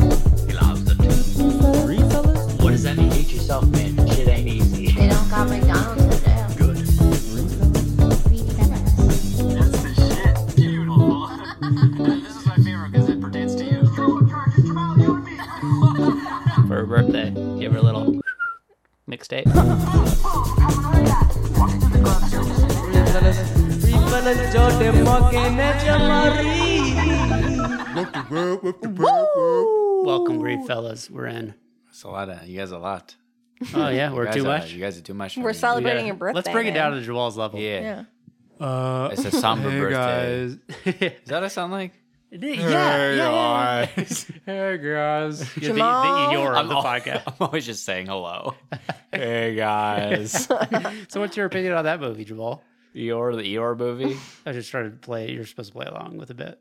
el jote mocking at your Marie. Welcome, great fellas. We're in. It's a lot of you guys. A lot. Oh yeah, we're Guys too are- much. You guys are too much. for We're me. We celebrating gotta- your birthday. Let's bring it man. down to Joel's level. Yeah. Yeah. Uh, It's a somber hey birthday. guys. Is that what I sound like? It is- yeah, yeah, yeah. Hey guys. hey guys. You're the, the Jamal. Eeyore of the al- podcast. I'm always just saying hello. Hey guys. So, what's your opinion on that movie, Jamal? Eeyore, the Eeyore movie. I was just trying to play. You're supposed to play along with a bit.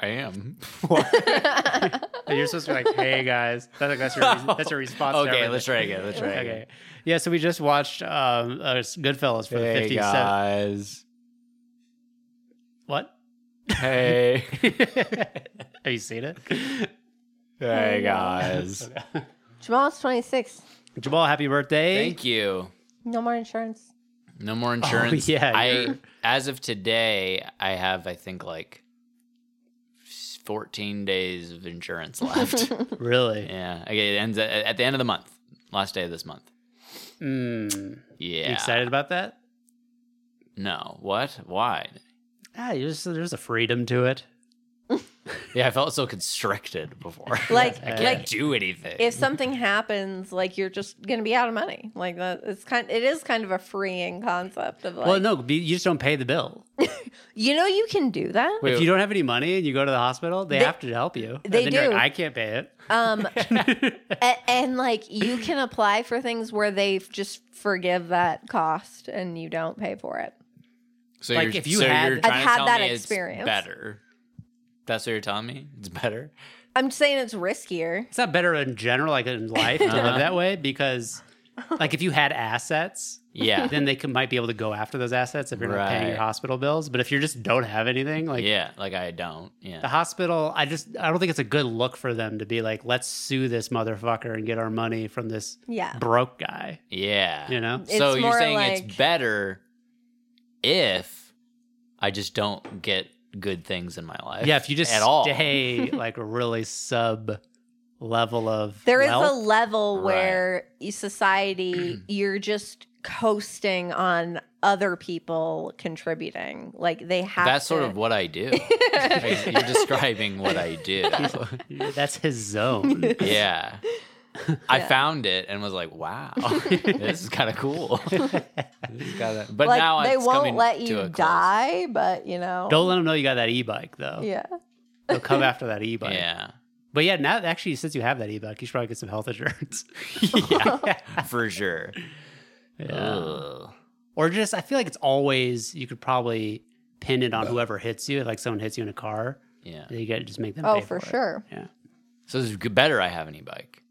I am. But you're supposed to be like, "Hey guys," that's like that's your re- that's your response. to okay, everything. let's try again. Let's try again. Okay, yeah. So we just watched um, uh, Goodfellas for Hey the 57th. guys. What? Hey. Have you seen it? hey guys. Jamal's 26. Jamal, happy birthday! Thank you. No more insurance. No more insurance. Oh, yeah, I you're- as of today, I have I think like 14 days of insurance left. Really? yeah. Okay, it ends at, at the end of the month. Last day of this month. Mm. Yeah. You excited about that? No. What? Why? Ah, you just, there's a freedom to it. Yeah, I felt so constricted before. Like, I can't like do anything. if something happens, like you're just gonna be out of money. Like that, it's kind. It is kind of a freeing concept of like, well, no, be- you just don't pay the bill. you know, you can do that. Wait, if you don't have any money and you go to the hospital, they, They- have to help you. And they then you're like, do. I can't pay it. Um, and, and like you can apply for things where they f- just forgive that cost and you don't pay for it. so like, you're, if you so had- you're I've trying to had tell that me it's experience. better. That's what you're telling me. It's better. I'm saying it's riskier. It's not better in general, like in life, to live that way because, like, if you had assets, Yeah. then they could, might be able to go after those assets if you're not paying your Right. hospital bills. But if you just don't have anything, like, yeah. Like I don't. Yeah. the hospital i just i don't think it's a good look for them to be like let's sue this motherfucker and get our money from this Yeah. broke guy yeah. you know It's so you're more saying like- it's better if I just don't get good things in my life. yeah if you just at all. stay like really sub level of There is a wealth, level Right. where y- society you're just coasting on other people contributing. Like they have That's sort to- of what I do. you're describing what I do. that's his zone yeah. I found it and was like, wow, this is kind of cool. This is kinda- but like now they it's won't coming let to a you close. die, but you know, don't let him know you got that e-bike though yeah, they'll come after that e-bike Yeah, but yeah now actually since you have that e-bike you should probably get some health insurance for sure. Ugh. or just i feel like it's always you could probably pin it on whoever hits you like someone hits you in a car Yeah. you gotta just make them oh pay for it. sure. yeah So it's g- better I have an e-bike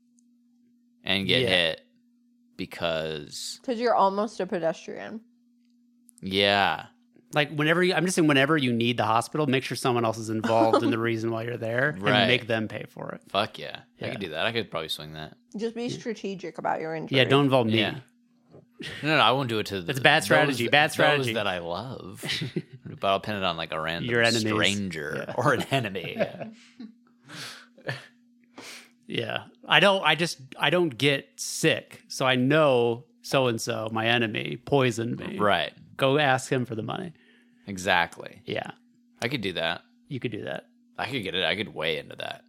and get Yeah. hit because Because you're almost a pedestrian. yeah, like whenever you, I'm just saying, whenever you need the hospital, make sure someone else is involved in the reason why you're there Right. and make them pay for it. fuck yeah, I Yeah. could do that. I could probably swing that. Just be strategic about your injury. Yeah, don't involve me. Yeah. No, no, I won't do it to. That's a bad those- strategy, bad those strategy. that I love, but I'll pin it on like a random Your enemies. stranger Yeah. or an enemy. Yeah. Yeah, I don't. I just I don't get sick, so I know so and so, my enemy, poisoned me. Right. Go ask him for the money. Exactly. Yeah, I could do that. you could do that. I could get it. I could way into that.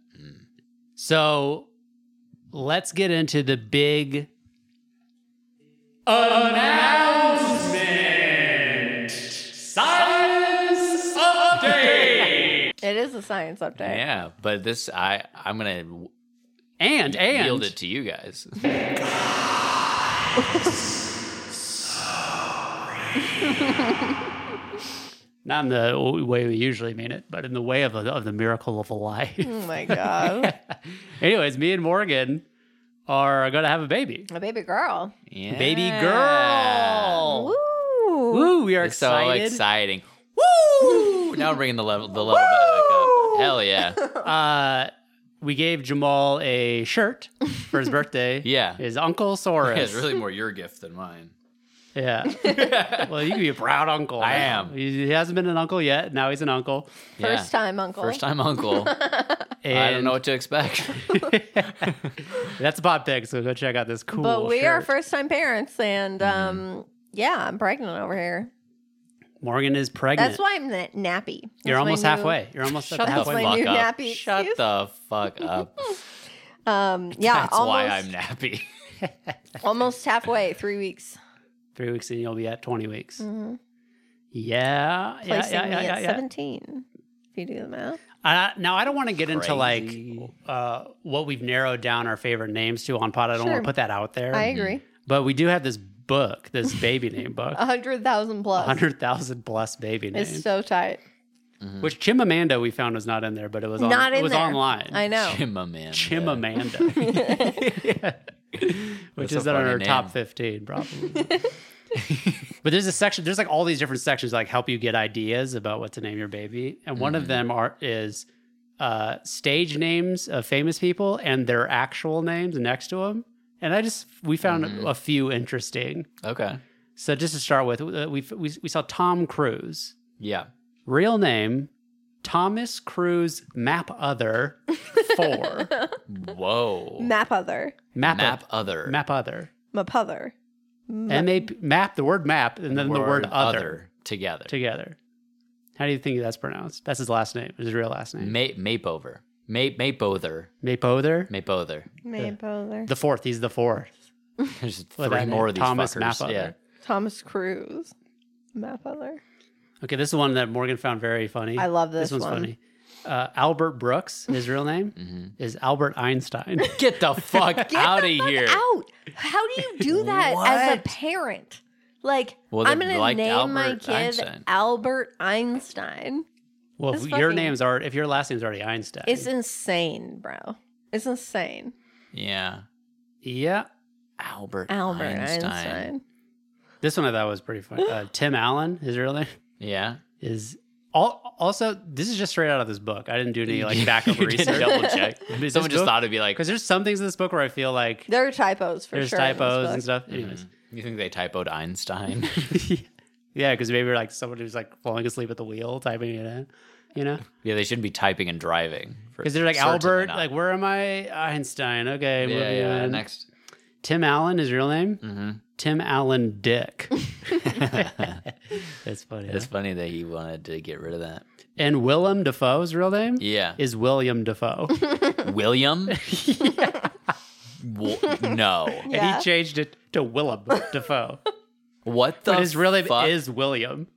So let's get into the big It is a science update. Yeah, but this I I'm gonna w- and and yield it to you guys. not in the way we usually mean it, but in the way of, a, of the miracle of life. Oh my god, Anyways, me and Morgan are gonna have a baby. a baby girl. Yeah. Baby girl. Woo. Woo, we are It's excited. so exciting. Woo! Now we're bringing the level the level back up. Hell yeah. Uh, we gave Jamal a shirt for his birthday. Yeah. His uncle Soros. it's really more your gift than mine. Yeah. well, you can be a proud uncle. I now. am. He, he hasn't been an uncle yet. Now he's an uncle. First time, uncle. First time uncle. I don't And know what to expect. That's a pop pick, so go check out this cool But we are shirt. Mm-hmm. first time parents, and um, yeah, I'm pregnant over here. Morgan is pregnant. That's why I'm na- nappy. That's You're my almost new- halfway. You're almost at Shut the the That's halfway my fuck new up. nappy Shut excuse. the fuck up. Um, yeah, That's almost, why I'm nappy. almost halfway. Three weeks. Mm-hmm. Three weeks and you'll be at 20 weeks. Yeah. Yeah. Mm. Placing Yeah. me Yeah. yeah, at yeah. 17. If you do the math. Uh, now, I don't want to get into like Crazy. uh, what we've narrowed down our favorite names to on pod. I don't Sure. want to put that out there. I agree. But we do have this book, this baby name book, A hundred thousand plus. 100,000 plus baby It's names, so tight. which Chimamanda we found was not in there, but it was, on, Not in it was there. online. I know. Chimamanda. Chimamanda, which That's a is on funny our name. top 15 probably. but there's a section, there's like all these different sections that, like help you get ideas about what to name your baby. And Mm-hmm. one of them are is uh, stage names of famous people and their actual names next to them. And I just, we found Mm-hmm. a few interesting. Okay. So just to start with, uh, we, we, we saw Tom Cruise, Yeah. real name, Thomas Cruise Map Other 4. Whoa. Map other. Map Map, Map other. Map other. Map other. M A P map the word map and then the word other, together. together. How do you think that's pronounced? That's his last name. His real last name. Mape mapeover. Mape mapeother. Mape other. Mapeother. Map other. The fourth. He's the fourth. There's Well, three that more of these Thomas fuckers. Mapeother. Yeah. Thomas Cruise. Map other. Okay, this is one that Morgan found very funny. I love this one's one. funny. Uh, Albert Brooks. His real name is Albert Einstein. Mm-hmm. Get the fuck out of here. Out. How do you do that as a What? parent? Like Well, they I'm gonna liked name my Albert kid Einstein. Albert Einstein. Well, if That's your fucking- name's are if your last name's already Einstein. It's insane, bro. It's insane. Yeah. yeah. Albert. Albert Einstein. Einstein. This one I thought was pretty funny. Uh, Tim Allen. His real name Yeah. is. Al- Also, this is just straight out of this book. I didn't do any like backup You research. didn't double check. This Someone just book- thought it'd be like, Because there's some things in this book where I feel like There are typos for there's sure. in this typos book. and stuff. Anyways, mm, you think they typoed Einstein? Mm-hmm. yeah, because maybe like someone who's like falling asleep at the wheel typing it in, you know? yeah, they shouldn't be typing and driving. for- Because they're like certainly Albert, not. like where am I? Einstein. Okay, yeah, moving yeah. on. Next. Tim Allen is real name. Mm-hmm. Tim Allen Dick. That's funny. It's huh? funny that he wanted to get rid of that. And Willem Dafoe's real name Yeah. is William Dafoe, William? Wh- no. and Yeah. he changed it to Willem Dafoe. What the but his real name fuck, is William.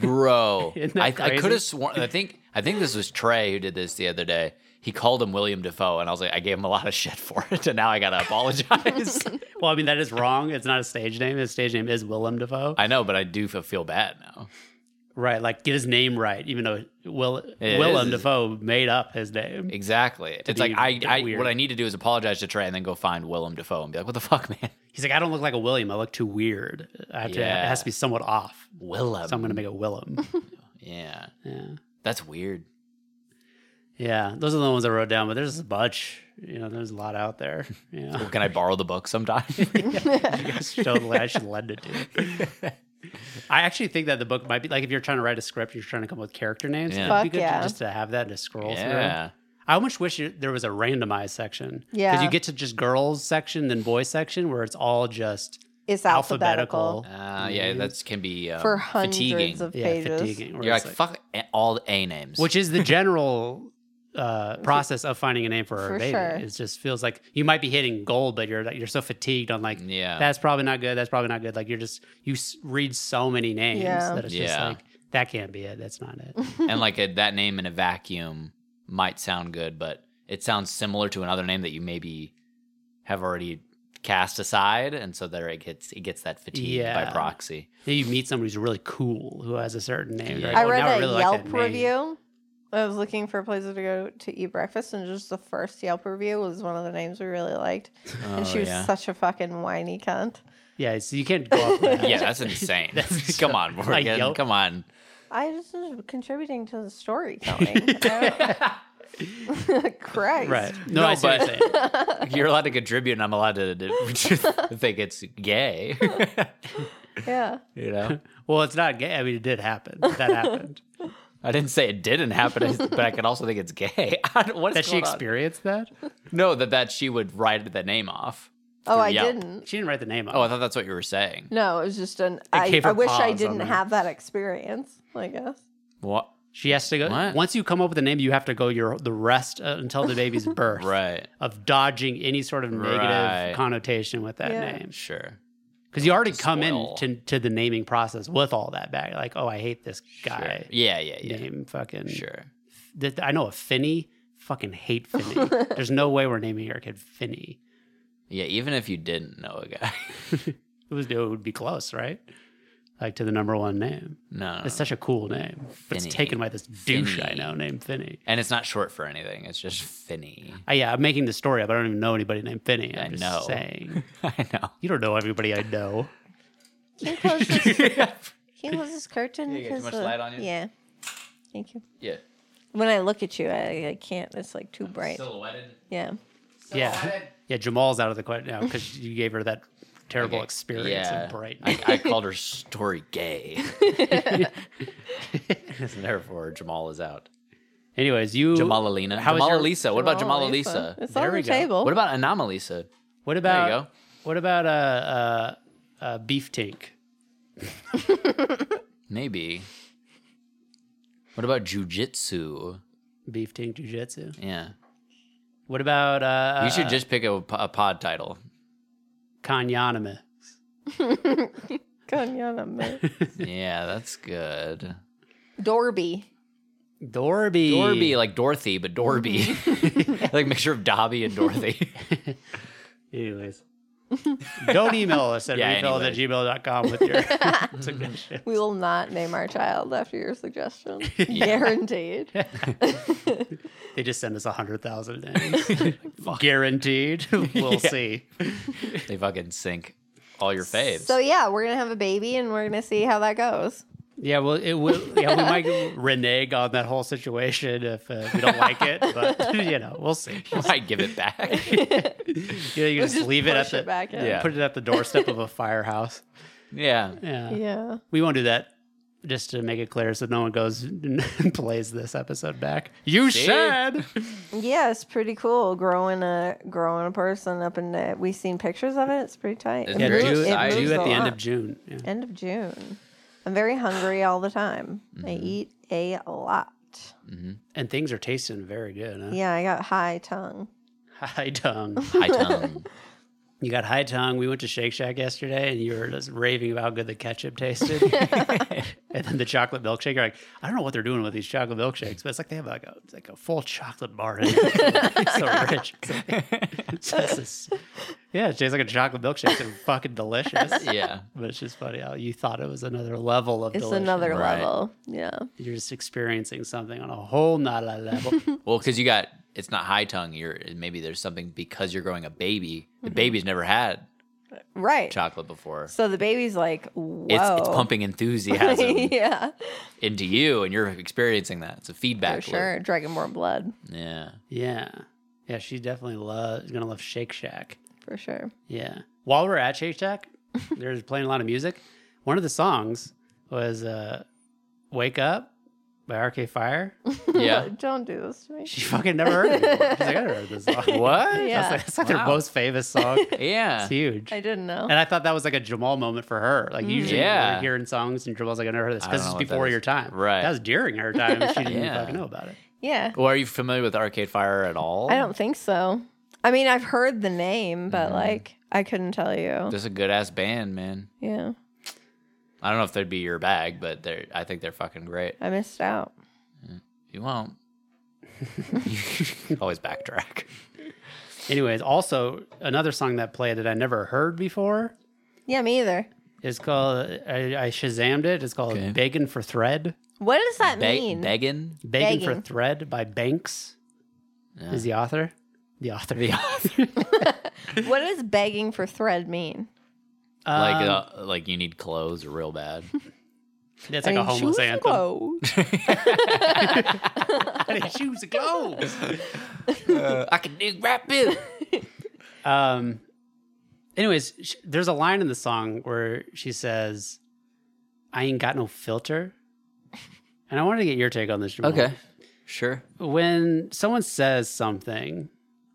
bro? Isn't that I, I could crazy? have sworn. I think I think this was Trey who did this the other day. He called him William Defoe, and I was like, I gave him a lot of shit for it, and now I gotta apologize. Well, I mean that is wrong. It's not a stage name. His stage name is Willem Dafoe. I know, but I do f- feel bad now. Right, like get his name right, even though Will It Willem is. Dafoe made up his name. Exactly. It's be like I, a bit I weird. what I need to do is apologize to Trey and then go find Willem Defoe and be like, what the fuck, man? He's like, I don't look like a William. I look too weird. I have to, Yeah. it has to be somewhat off. Willem. So I'm gonna make a Willem. yeah, yeah, that's weird. yeah. Those are the ones I wrote down, but there's a bunch. You know, there's a lot out there. Yeah, Well, can I borrow the book sometime? totally. I should lend it to. you. I actually think that the book might be like if you're trying to write a script, you're trying to come up with character names. Yeah. It'd Fuck be good to- yeah. just to have that and to scroll through. yeah. I almost wish it, there was a randomized section. Yeah. you get to just girls section, then boys section, where it's all just It's alphabetical. alphabetical, Uh, yeah, that's can be um, for hundreds fatiguing. of yeah, pages. fatiguing. where You're like, it's fuck a- all the A names. which is the general uh, process of finding a name for, For a baby. sure. It just feels like you might be hitting gold, but you're like, you're so fatigued on like, Yeah. that's probably not good. That's probably not good. Like you're just you s- read so many names Yeah. that it's just Yeah. like that can't be it. That's not it. and like a, that name in a vacuum might sound good, but it sounds similar to another name that you maybe have already cast aside, and so there it gets it gets that fatigue Yeah. by proxy. then you meet somebody who's really cool who has a certain name. Yeah. You're I like, "Oh, read now a really like Yelp that name." review. I was looking for places to go to eat breakfast, and just the first Yelp review was one of the names we really liked. Oh, and she was such a fucking whiny cunt. Yeah, so you can't go off that. yeah, that's insane. That's- come on, Morgan. Yelp. Come on. I just was contributing to the story, Tony. I don't- Christ. Right. No, I see what you're saying. You're allowed to contribute, and I'm allowed to, to think it's gay. Yeah. you know, Well, it's not gay. I mean, it did happen. That happened. I didn't say it didn't happen, I- but I can also think it's gay. I don't- what is that she going on? experienced that? No, that that she would write that name off. Oh, I Yelp. didn't. She didn't write the name up. Oh, I thought that's what you were saying. No, it was just an. I, gave her I wish I pause on didn't that. have that experience. I guess. What? she has to go. What? Once you come up with a name, you have to go your the rest uh, until the baby's birth Right. of dodging any sort of negative Right. connotation with that Yeah. name. Sure. Because you already to come spoil. in to, to the naming process with all that back. Like, oh, I hate this Sure. guy. Yeah, yeah, yeah. Name fucking. Sure. Th- I know a Finney. Fucking hate Finney. There's no way we're naming our kid Finney. Yeah, even if you didn't know a guy. It was it would be close, right? Like to the number one name. no. no, It's no. such a cool name. But it's Finney. taken by this douche I Finney. know named Finney. and it's not short for anything. It's just Finny. I, Uh, yeah, I'm making the story up. I don't even know anybody named Finney. I'm I just know. saying. I know. You don't know everybody I know. Can you close this? can you close this curtain? Yeah, you got too 'Cause, much uh, light on you? Yeah. Thank you. Yeah. When I look at you, I, I can't. It's like too bright. Silhouetted. Yeah. Yeah. Yeah, Jamal's out of the question now because you gave her that terrible Okay. experience Yeah. of brightness. I, I called her story gay. Therefore, Jamal is out. Anyways, you. Jamalalina. How is your- Jamalalisa. What about Jamalisa. Jamalalisa? Oh, It's There on we the go. table. What about Anomalisa? What There about you go. what about uh, uh, uh, beef tink? Maybe. What about jujitsu? Beef tink jujitsu. Yeah. What about uh, You should just pick a, a pod title. kanyaname? Kanyana Yeah, that's good. Dorby. Dorby. Dorby, like Dorothy, but Dorby. like mixture of Dobby and Dorothy. Anyways. Don't email us at Yeah, refill anyway. at gmail.com with your suggestion. We will not name our child after your suggestion. Guaranteed. They just send us a 100,000 names. Guaranteed. We'll see. they fucking sink all your faves. So yeah, we're gonna have a baby and we're gonna see how that goes. Yeah, well, it will. Yeah, we might renege on that whole situation if uh, we don't like it, but you know, we'll see. you might give it back. You, know, you just, just leave it at push the it back in. yeah, put it at the doorstep of a firehouse. yeah. Yeah. Yeah. we won't do that. Just to make it clear, so no one goes and plays this episode back. You See? said Yeah, it's pretty cool growing a growing a person up in the we've seen pictures of it. It's pretty tight. It's It yeah, very moves- do, it exciting. do moves at a the end of lot. June. Yeah. End of June. I'm very hungry all the time. I Mm-hmm. eat a lot. And things are tasting very good. Huh? Yeah, I got high tongue. High tongue. High tongue. You got high tongue. We went to Shake Shack yesterday, and you were just raving about how good the ketchup tasted. and then the chocolate milkshake. You're like, I don't know what they're doing with these chocolate milkshakes, but it's like they have like a it's like a full chocolate bar in it. It's so rich. It's like- it's just- yeah, it tastes like a chocolate milkshake. It's fucking delicious. Yeah. But it's just funny how you thought it was another level of It's delicious. another Right. level. Yeah. You're just experiencing something on a whole nother level. Well, because you got it's not high tongue. You're maybe there's something because you're growing a baby. The Mm-hmm. baby's never had Right. chocolate before. So the baby's like, whoa. It's, it's pumping enthusiasm yeah. into you, and you're experiencing that. It's a feedback For sure. Dragon more blood. loop. Yeah. yeah. Yeah, she definitely loves gonna love Shake Shack. For sure. Yeah. While we were at Shake Shack, they were playing a lot of music. One of the songs was uh, "Wake Up" by Arcade Fire. Yeah. Don't do this to me. She fucking never heard it. Before. She's like, I never heard this song. what? I was Yeah. like, that's like their Wow. most famous song. Yeah. It's huge. I didn't know. Mm. And I thought that was like a Jamal moment for her. Like usually Yeah. we're hearing songs and Jamal's like, I never heard this I because don't know it's what that before is. your time. Right. That was during her time. and She didn't Yeah. fucking know about it. Yeah. Well, are you familiar with Arcade Fire at all? I don't think so. I mean, I've heard the name, but Mm. like, I couldn't tell you. Just a good ass band, man. Yeah. I don't know if they'd be your bag, but they're. I think they're fucking great. I missed out. You won't. Always backtrack. Anyways, also another song that played that I never heard before Yeah, me either. is called I, I Shazammed it. It's called Okay. Begging for Thread. What does that Be- mean? begging. Begging, for Begging. Thread by Banks Yeah. is the author. The author. The author. what does begging for thread mean? Um, like uh, like you need clothes real bad. it's like a homeless anthem. clothes. I need shoes and clothes. I can dig rapid. Um, anyways, sh- there's a line in the song where she says, "I ain't got no filter," and I wanted to get your take on this. Jamal. Okay, sure. when someone says something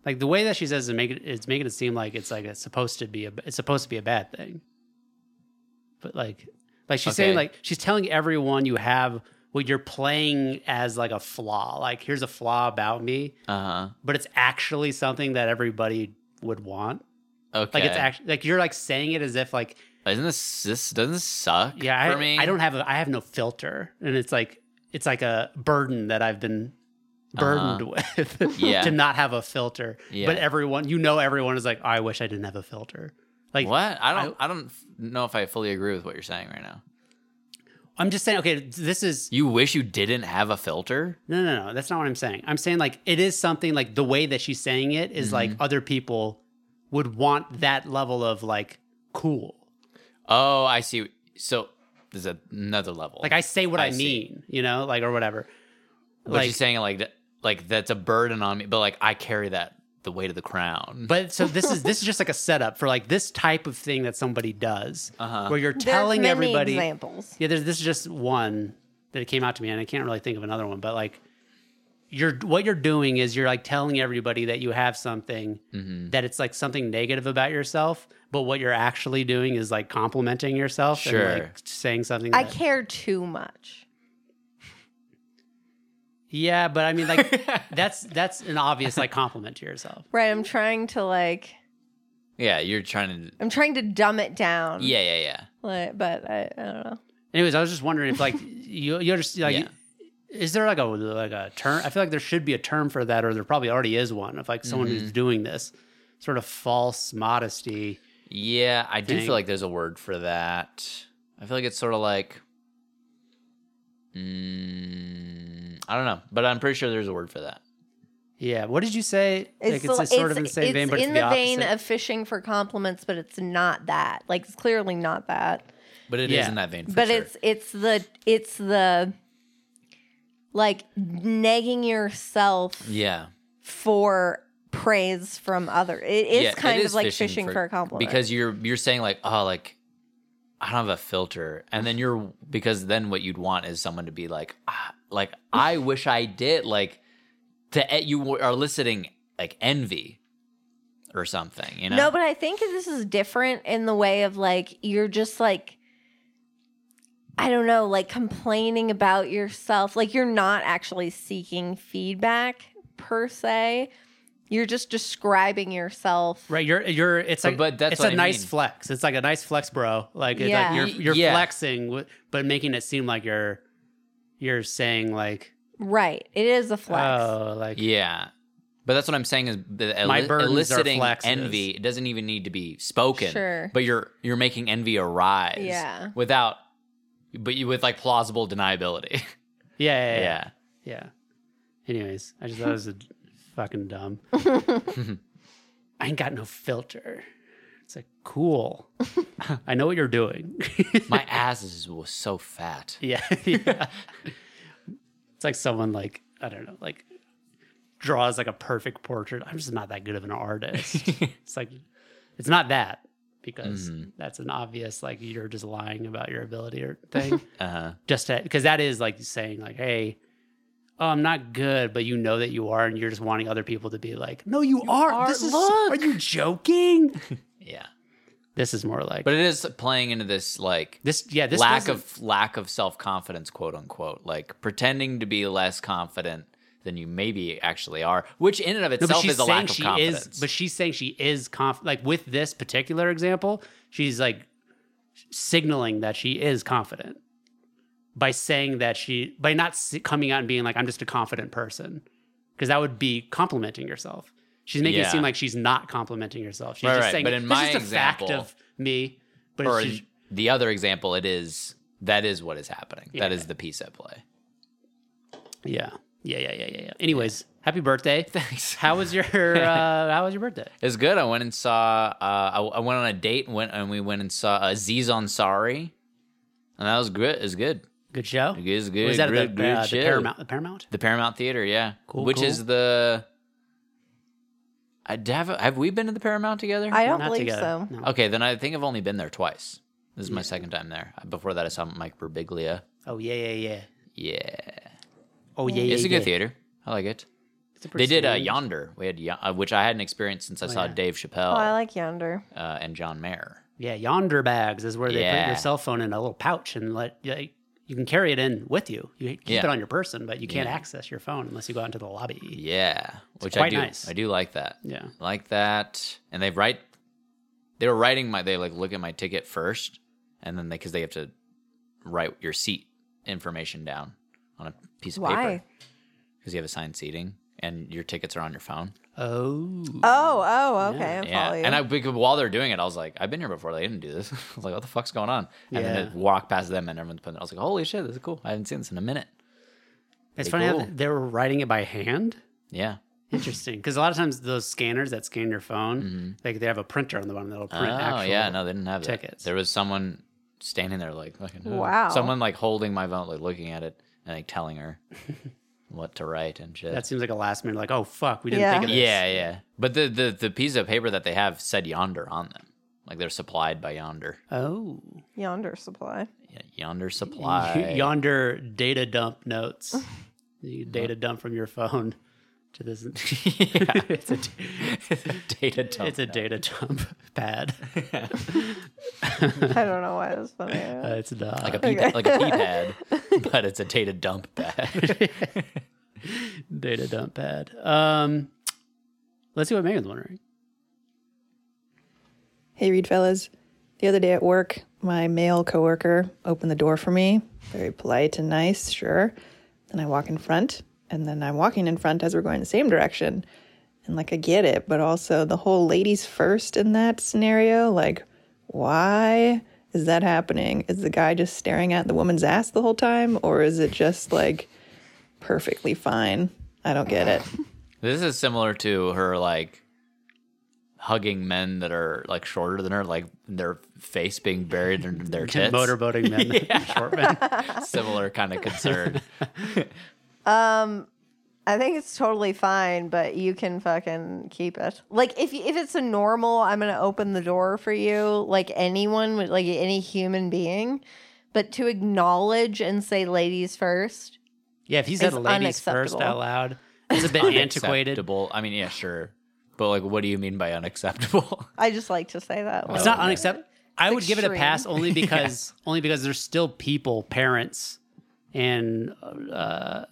Like the way that she says it, make it, it's making it seem like it's like it's supposed to be a it's supposed to be a bad thing. But like, like she's saying Okay. like she's telling everyone you have what you're playing as like a flaw. Like here's a flaw about me, Uh but it's actually something that everybody would want. huh. Okay. Like it's actually like you're like saying it as if like Isn't this this doesn't this suck? yeah I, for me. I don't have a, I have no filter and it's like it's like a burden that I've been burdened with Uh-huh. Yeah. to not have a filter Yeah. but everyone you know everyone is like "Oh, I wish I didn't have a filter like what? I don't. I, don't f- know if I fully agree with what you're saying right now. I'm just saying okay this is You wish you didn't have a filter. no no no that's not what I'm saying I'm saying like it is something like the way that she's saying it is, like Mm-hmm. other people would want that level of like cool Oh, I see. So there's a- another level. like I say what I, I see. mean you know like or whatever but she's saying like that, like that's a burden on me, but like I carry that the weight of the crown. But so this is this is just like a setup for like this type of thing that somebody does, Uh-huh. where you're There's telling many everybody. examples. Yeah, there's, this is just one that it came out to me, and I can't really think of another one. But like, you're what you're doing is you're like telling everybody that you have something that it's like something negative about yourself. But what you're actually doing is like complimenting yourself and Sure. like saying something. I that- care too much. Yeah, but I mean, like, that's that's an obvious like compliment to yourself. Right, I'm trying to like yeah, you're trying to. I'm trying to dumb it down. Yeah, yeah, yeah. Like, but I, I don't know. Anyways, I was just wondering if like you you understand like Yeah. is there like a like a term? I feel like there should be a term for that, or there probably already is one. If like someone who's doing this sort of false modesty, Yeah, I do thing. feel like there's a word for that. I feel like it's sort of like mm, I don't know, but I'm pretty sure there's a word for that. yeah. What did you say? like the- it's sort of in the same it's vein, but in it's the, the vein opposite. of fishing for compliments, but it's not that. Like it's clearly not that. But it is Yeah. in that vein. For but sure. it's it's the it's the like negging yourself yeah, for praise from other. It is yeah, it kind is of like fishing, for, a compliment because you're you're saying like oh like I don't have a filter, and then you're because then what you'd want is someone to be like ah, like I wish I did like to e, you are eliciting like envy or something, you know? No, but I think this is different in the way of like you're just like I don't know, like complaining about yourself. Like you're not actually seeking feedback per se. You're just describing yourself. right? You're you're it's But- like but that's it's what a I nice mean. flex. It's like a nice flex, bro. Like, it's Yeah. like you're Y- you're yeah. flexing, wi- but making it seem like you're you're saying like Right. It is a flex. oh like Yeah. But that's what I'm saying is the My eli- burdens are eliciting flexes. envy. It doesn't even need to be spoken. Sure. But you're you're making envy arise. Yeah. Without, but you with like plausible deniability. yeah yeah, yeah. yeah. Yeah. Anyways, I just thought it was a d- fucking dumb. I ain't got no filter. It's like cool. I know what you're doing. My ass is, was so fat. yeah, yeah. It's like someone like I don't know, like draws like a perfect portrait. I'm just not that good of an artist. it's like it's not that because that's an obvious like you're just lying about your ability or thing Uh huh. just to because that is like saying like hey oh i'm not good but you know that you are and you're just wanting other people to be like no you, are. this is are you joking Yeah. this is more like But it is playing into this like this yeah this lack wasn't- of lack of self confidence, quote unquote, like pretending to be less confident than you maybe actually are, which in and of no, but itself she's is a saying lack of she confidence. is but she's saying she is conf like with this particular example she's like signaling that she is confident by saying that she by not s- coming out and being like i'm just a confident person because that would be complimenting yourself she's making it Yeah. seem like she's not complimenting herself she's Right, just right. saying But in "That's my just a example- fact of me but or it's just, in the other example, it is that is what is happening. That is the piece at play. yeah yeah yeah yeah yeah yeah anyways happy birthday Thanks. how was your uh how was your birthday It was good. I went and saw. Uh, I, I went on a date and went and we went and saw uh, Aziz Ansari, and that was good. It was good. good show It was good. was that good, at the, good uh, the shit. paramount the paramount The Paramount Theater, yeah. Cool, Which cool. is the. I have have we been to the Paramount together? I don't Not believe together. so. No. okay, then I think I've only been there twice. This is my second time there. Before that, I saw Mike Birbiglia. Oh yeah, yeah, yeah. Yeah, Oh yeah, yeah. it's a good yeah. theater. I like it. It's a They did uh, prestige. Yonder. We had Yo- uh, which I hadn't experienced since I Oh, saw yeah. Dave Chappelle Oh, I like Yonder. uh, and John Mayer. Yeah, yonder bags is where they put Yeah. your cell phone in a little pouch and let yeah, you can carry it in with you. You keep Yeah. it on your person, but you can't Yeah. access your phone unless you go out into the lobby. Yeah, which I quite do. nice. I do like that. Yeah. like that. And they write. They were writing my. They like look at my ticket first, and then they because they have to write your seat information down on a piece of Why? paper because you have assigned seating and your tickets are on your phone. Oh. Oh, oh, okay. I Yeah, follow you. and I because while they're doing it, I was like, I've been here before. They didn't do this. I was like, what the fuck's going on? And then Yeah. I walk past them, and everyone's putting. I was like, holy shit, this is cool. I haven't seen this in a minute. It's Pretty funny how cool. they were writing it by hand. Yeah, Interesting. Because a lot of times those scanners that scan your phone, like they have a printer on the bottom that'll print Mm-hmm. oh Mm-hmm. actual. yeah, no, they didn't have that. tickets. There was someone standing there like, fucking, "Ugh." Wow. someone like holding my phone, like looking at it and like telling her what to write and shit. That seems like a last minute, like, oh, fuck, we didn't Yeah. think of this. yeah, yeah. But the, the the piece of paper that they have said Yonder on them, like they're supplied by Yonder. Oh. Yonder Supply. Yeah, Yonder supply. Yonder data dump notes. you data dump from your phone to this. yeah, it's a, data dump. it's a data dump pad. I don't know why that's funny. Uh, it's not. like a pee, Okay. like a pee pad, but it's a data dump pad. data dump pad. Um, let's see what Megan's wondering. Hey, Reed fellas. The other day at work, my male coworker opened the door for me. Very polite and nice, sure. Then I walk in front, and then I'm walking in front as we're going the same direction. And like, I get it, but also the whole ladies first in that scenario, like, why is that happening? Is the guy just staring at the woman's ass the whole time, or is it just like perfectly fine? I don't get it. This is similar to her like hugging men that are like shorter than her, like their face being buried in their tits. Motorboating men, short men. Similar kind of concern. I think it's totally fine, but you can fucking keep it. Like if if it's a normal, I'm gonna open the door for you. Like anyone would, like any human being, but to acknowledge and say "ladies" first. Yeah, if he said It's ladies first unacceptable. out loud, it's a bit antiquated. Unacceptable. I mean, yeah, sure. But like what do you mean by unacceptable? I just like to say that. It's one. not unacceptable. I would give it a extreme. pass only because only because there's still people, parents, and uh,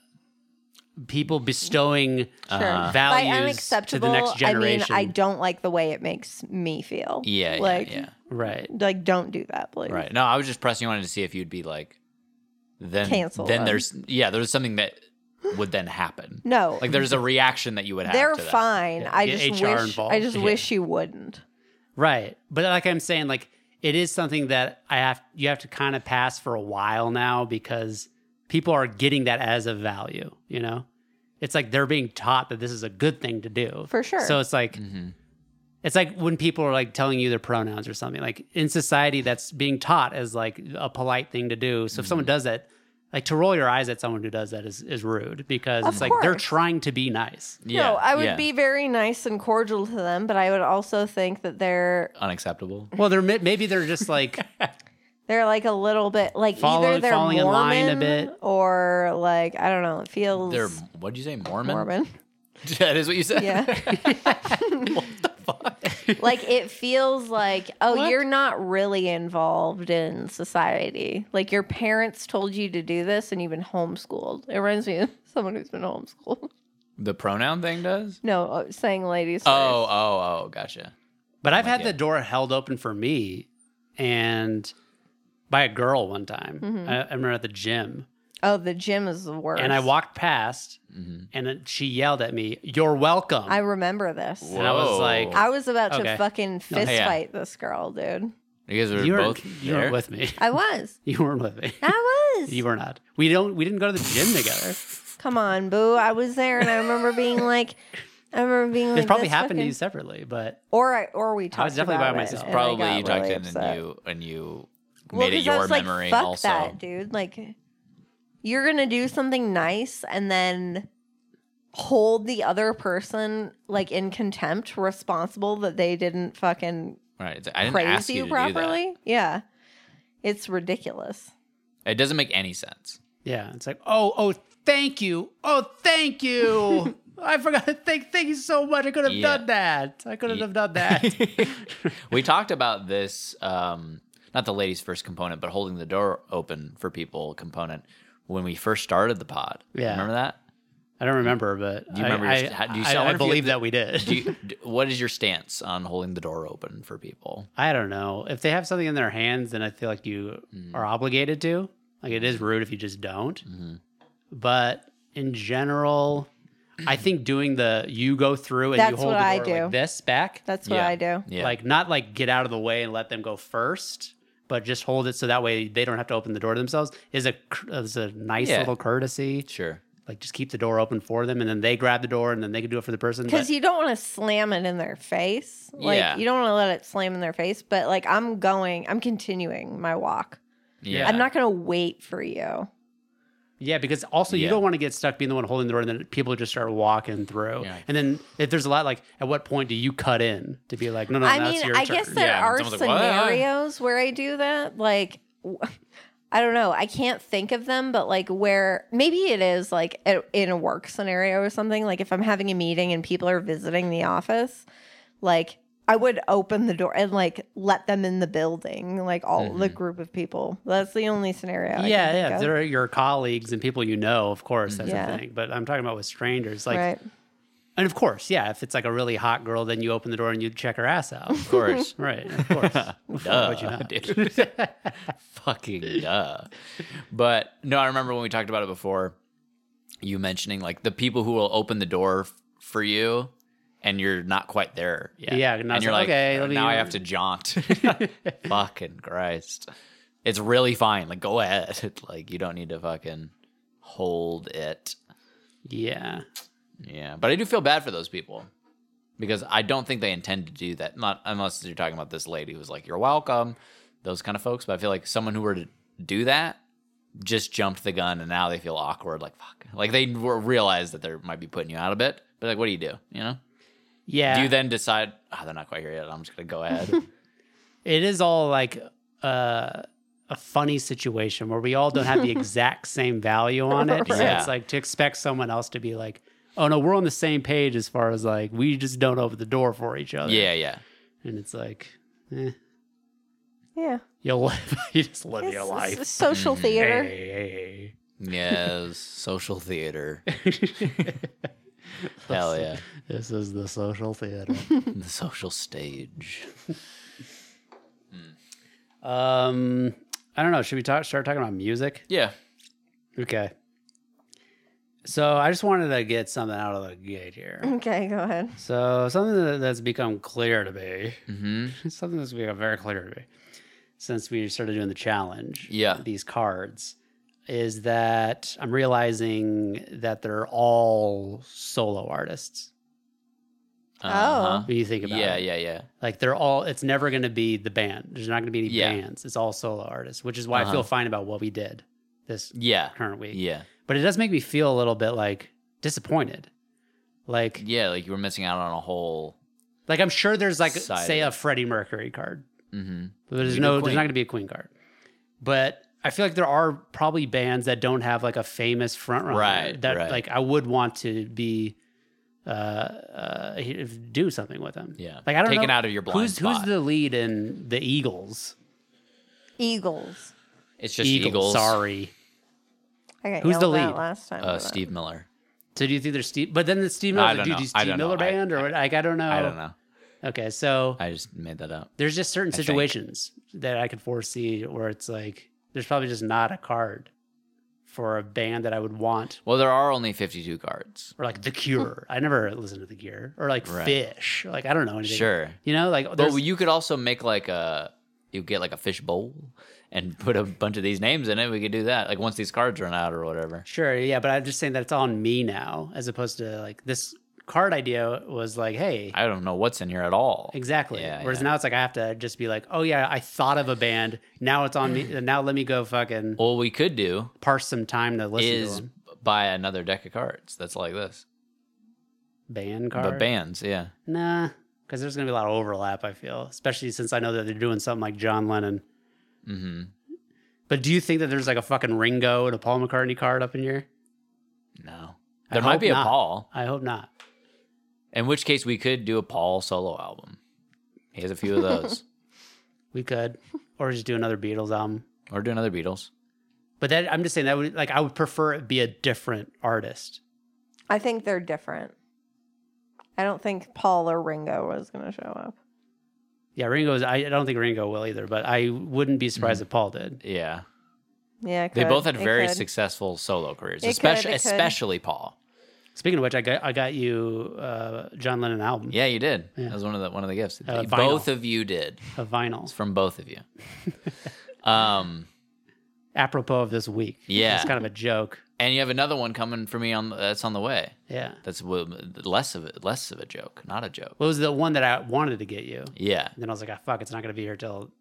people bestowing Sure. uh, By values to unacceptable, the next generation. I mean I don't like the way it makes me feel. yeah, like yeah, right. like don't do that, please. yeah. Right. No, I was just pressing you wanted to see if you'd be like then Cancel then them. there's yeah, there's something that would then happen. No, Like there's a reaction that you would have they're to that. fine. I get just HR wish I involved. just Yeah. wish you wouldn't. Right. But like I'm saying, like it is something that I have you have to kind of pass for a while now because people are getting that as a value, you know? It's like they're being taught that this is a good thing to do. For sure. So it's like it's like when people are like telling you their pronouns or something. Like in society that's being taught as like a polite thing to do. So if someone does that, like to roll your eyes at someone who does that is is rude because Of it's like they're course. trying to be nice. Yeah, no, I would yeah. be very nice and cordial to them, but I would also think that they're unacceptable. Well, they're mi- maybe they're just like they're like a little bit like either Follow- they're falling in Mormon line a bit. or like I don't know. It feels They're what'd you say, Mormon? Mormon. that is what you said. Yeah. like it feels like oh you're not really involved in society like your parents told you to do this and you've been homeschooled it reminds me of someone who's been homeschooled The pronoun thing does. no uh, saying ladies uh Oh, oh, oh, gotcha. But I've had yeah. the door held open for me and by a girl one time. Mm-hmm. I, I remember at the gym. first. oh the gym is the worst And I walked past Mm-hmm. and then she yelled at me, You're welcome. i remember this and I was like, i was about to Okay. fucking fist Oh, yeah. fight this girl dude you guys were You weren't, both you there? weren't with me. i was You weren't with me. i was You were not. We don't. We didn't go to the gym together. come on boo i was there and i remember being like i remember being like It probably this happened to fucking- you separately, but or I, or we talked I was definitely about by it, myself. and I probably got you talked really in upset. and you and you Well, made it 'cause I your was like, memory Fuck also. that, dude. Like, you're gonna do something nice and then hold the other person like in contempt, responsible that they didn't fucking Right. it's- I didn't praise ask you, you to Do properly. Yeah, it's ridiculous. that. It doesn't make any sense. yeah, it's like, oh, oh, thank you, oh, thank you. I forgot to thank thank you so much. I could have Yeah. done that. I couldn't Ye- have done that. we talked about this um not the ladies first component but holding the door open for people component when we first started the pod Yeah. remember that I don't remember, but Do you I- remember I, your- how- do you- I- I I, wonder if you- believe that we did. do you, d- what is your stance on holding the door open for people I don't know. If they have something in their hands, then I feel like you Mm-hmm. are obligated to. Like it is rude if you just don't. But in general, I think doing the you go through and you That's hold what the I door like do. this back. That's what Yeah. I do. yeah Like not like get out of the way and let them go first, but just hold it so that way they don't have to open the door themselves is a cur- is a nice Yeah. little courtesy. sure Like just keep the door open for them and then they grab the door and then they can do it for the person. Because But you don't want to slam it in their face. Like Yeah. you don't want to let it slam in their face, but like I'm going, I'm continuing my walk. yeah I'm not going to wait for you. yeah, because also you Yeah. don't want to get stuck being the one holding the door and then people just start walking through. Yeah. And then if there's a lot like at what point do you cut in to be like, no, no, I now it's mean, your I turn. guess there Yeah, are someone's like, "What?" scenarios where I do that. Like, w- I don't know. I can't think of them, but like where maybe it is like a, in a work scenario or something. Like if I'm having a meeting and people are visiting the office, like I would open the door and like let them in the building, like all the group of people. That's the only scenario. I can Mm-hmm. yeah, think yeah. of. If they're your colleagues and people you know, of course, that's Yeah. a thing. But I'm talking about with strangers. Like right. and of course, yeah, if it's like a really hot girl, then you open the door and you check her ass out. of course Right, of course. duh, Why would you not? dude. Fucking duh. But no, I remember when we talked about it before. You mentioning like the people who will open the door f- for you, and you're not quite there yet. Yeah, and I and, was you're like, like, okay, let me- now I have to jaunt. fucking Christ, it's really fine. Like, go ahead. Like, you don't need to fucking hold it. Yeah. Yeah, but I do feel bad for those people because I don't think they intend to do that. Not unless you're talking about this lady who's like, "You're welcome," those kind of folks. But I feel like someone who were to do that just jumped the gun, and now they feel awkward. Like fuck, like they were- realize that they might be putting you out a bit. But like, what do you do? You know? Yeah. Do you then decide? Oh, they're not quite here yet. I'm just gonna go ahead. it is all like uh, a funny situation where we all don't have the exact same value on it. So Yeah. it's like to expect someone else to be like, oh no, we're on the same page as far as like we just don't open the door for each other. yeah, yeah. And it's like, eh, Yeah. you'll live, you just live your It's- life. Mm-hmm. it's social theater. Hey. Yes, social theater. Hell yeah, This is the social theater. the social stage. um, I don't know. Should we talk, start talking about music? Yeah, Okay. So I just wanted to get something out of the gate here. Okay, go ahead. So something that- that's become clear to me, Mhm. something that's become very clear to me since we started doing the challenge, Yeah. these cards, is that I'm realizing that they're all solo artists. Uh-huh. When you think about yeah, it, yeah, yeah. like they're all. It's never going to be the band. There's not going to be any Yeah. bands. It's all solo artists, which is why I Uh-huh. feel fine about what we did this Yeah. current week. Yeah. But it does make me feel a little bit like disappointed. Like Yeah, like you were missing out on a whole Like I'm sure there's like Side of say it. a Freddie Mercury card. Mhm. But there's Maybe no Queen. there's not going to be a Queen card. But I feel like there are probably bands that don't have like a famous front runner Right, that right. like I would want to be uh, uh if- do something with them. Yeah. Like I don't Taken know out of your blind who's spot. who's the lead in the Eagles? Eagles. It's just Eagles. Sorry. I got Who's yelled the at lead? last time. for Uh, that. Steve Miller. So do you think there's Steve? But then the Steve No, I Miller. don't do you know. do I Steve don't know. Miller I- band or what? Like I don't know. I don't know. Okay, so I just made that up. there's just certain think. situations that I could foresee where it's like there's probably just not a card for a band that I would want, Well, there are only 52 cards. or like The Cure. I never listened to The Cure, or like Right. Fish. Like I don't know anything. Sure. you know, like But there's- you could also make like a you get like a fish bowl and put a bunch of these names in it. We could do that. Like once these cards run out or whatever. sure, yeah. But I'm just saying that it's on me now, as opposed to like this card idea was like, hey, I don't know what's in here at all. exactly. Yeah, Whereas yeah. now it's like I have to just be like, oh yeah, I thought of a band. Now it's on me. Now let me go fucking All we could do parse some time to listen to is them. buy another deck of cards. That's like this. Band card. But bands, yeah. Nah, because there's gonna be a lot of overlap. I feel, especially since I know that they're doing something like John Lennon. Mm-hmm. But do you think that there's like a fucking Ringo and a Paul McCartney card up in here? No. I There might hope be a not. Paul, I hope not. in which case we could do a Paul solo album. He has a few of those, We could, or just do another Beatles album. or do another Beatles. But that I'm just saying that would like I would prefer it be a different artist. I think they're different. I don't think Paul or Ringo was going to show up. Yeah, Ringo's. I I don't think Ringo will either, but I wouldn't be surprised if Paul did. Yeah, Yeah, it they could. both had It very could. successful solo careers, It could, especially it could. especially Paul. Speaking of which, I got I got you uh, John Lennon album, Yeah, you did. That was one of the one of the gifts. Uh, vinyl. both of you did. a vinyl, It's from both of you. um, apropos of this week. Yeah. it's kind of a joke. and you have another one coming for me on that's on the way. Yeah, That's w- less of a, less of a joke, not a joke. what was the one that I wanted to get you? And Yeah, then I was like, ah, fuck, it's not gonna be here till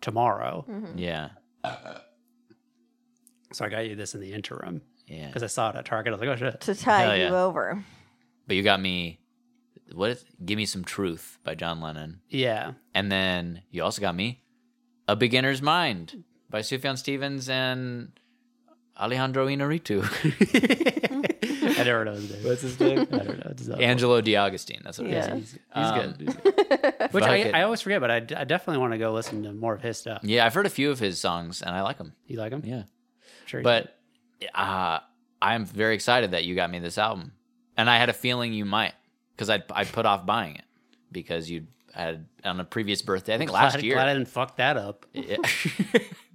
tomorrow. Mm-hmm. yeah, So I got you this in the interim yeah. because I saw it at Target. I was like, oh shit, to tie Hell yeah. you over. But you got me. What? Is, Give me some truth by John Lennon, yeah, and then you also got me a beginner's mind by Sufjan Stevens and Alejandro Inarritu. I never know his name. What's his name? I don't know. It's not- Angelo DiAgostine. That's what it is. Yeah. he's, he's Um, good. He's good. Which I, it. I always forget, but I, d- I definitely want to go listen to more of his stuff. Yeah, I've heard a few of his songs, and I like them. You like him? Yeah. sure. you do. But uh, I'm very excited that you got me this album, and I had a feeling you might because I I put off buying it because you had on a previous birthday. I think last glad, year. glad I didn't fuck that up.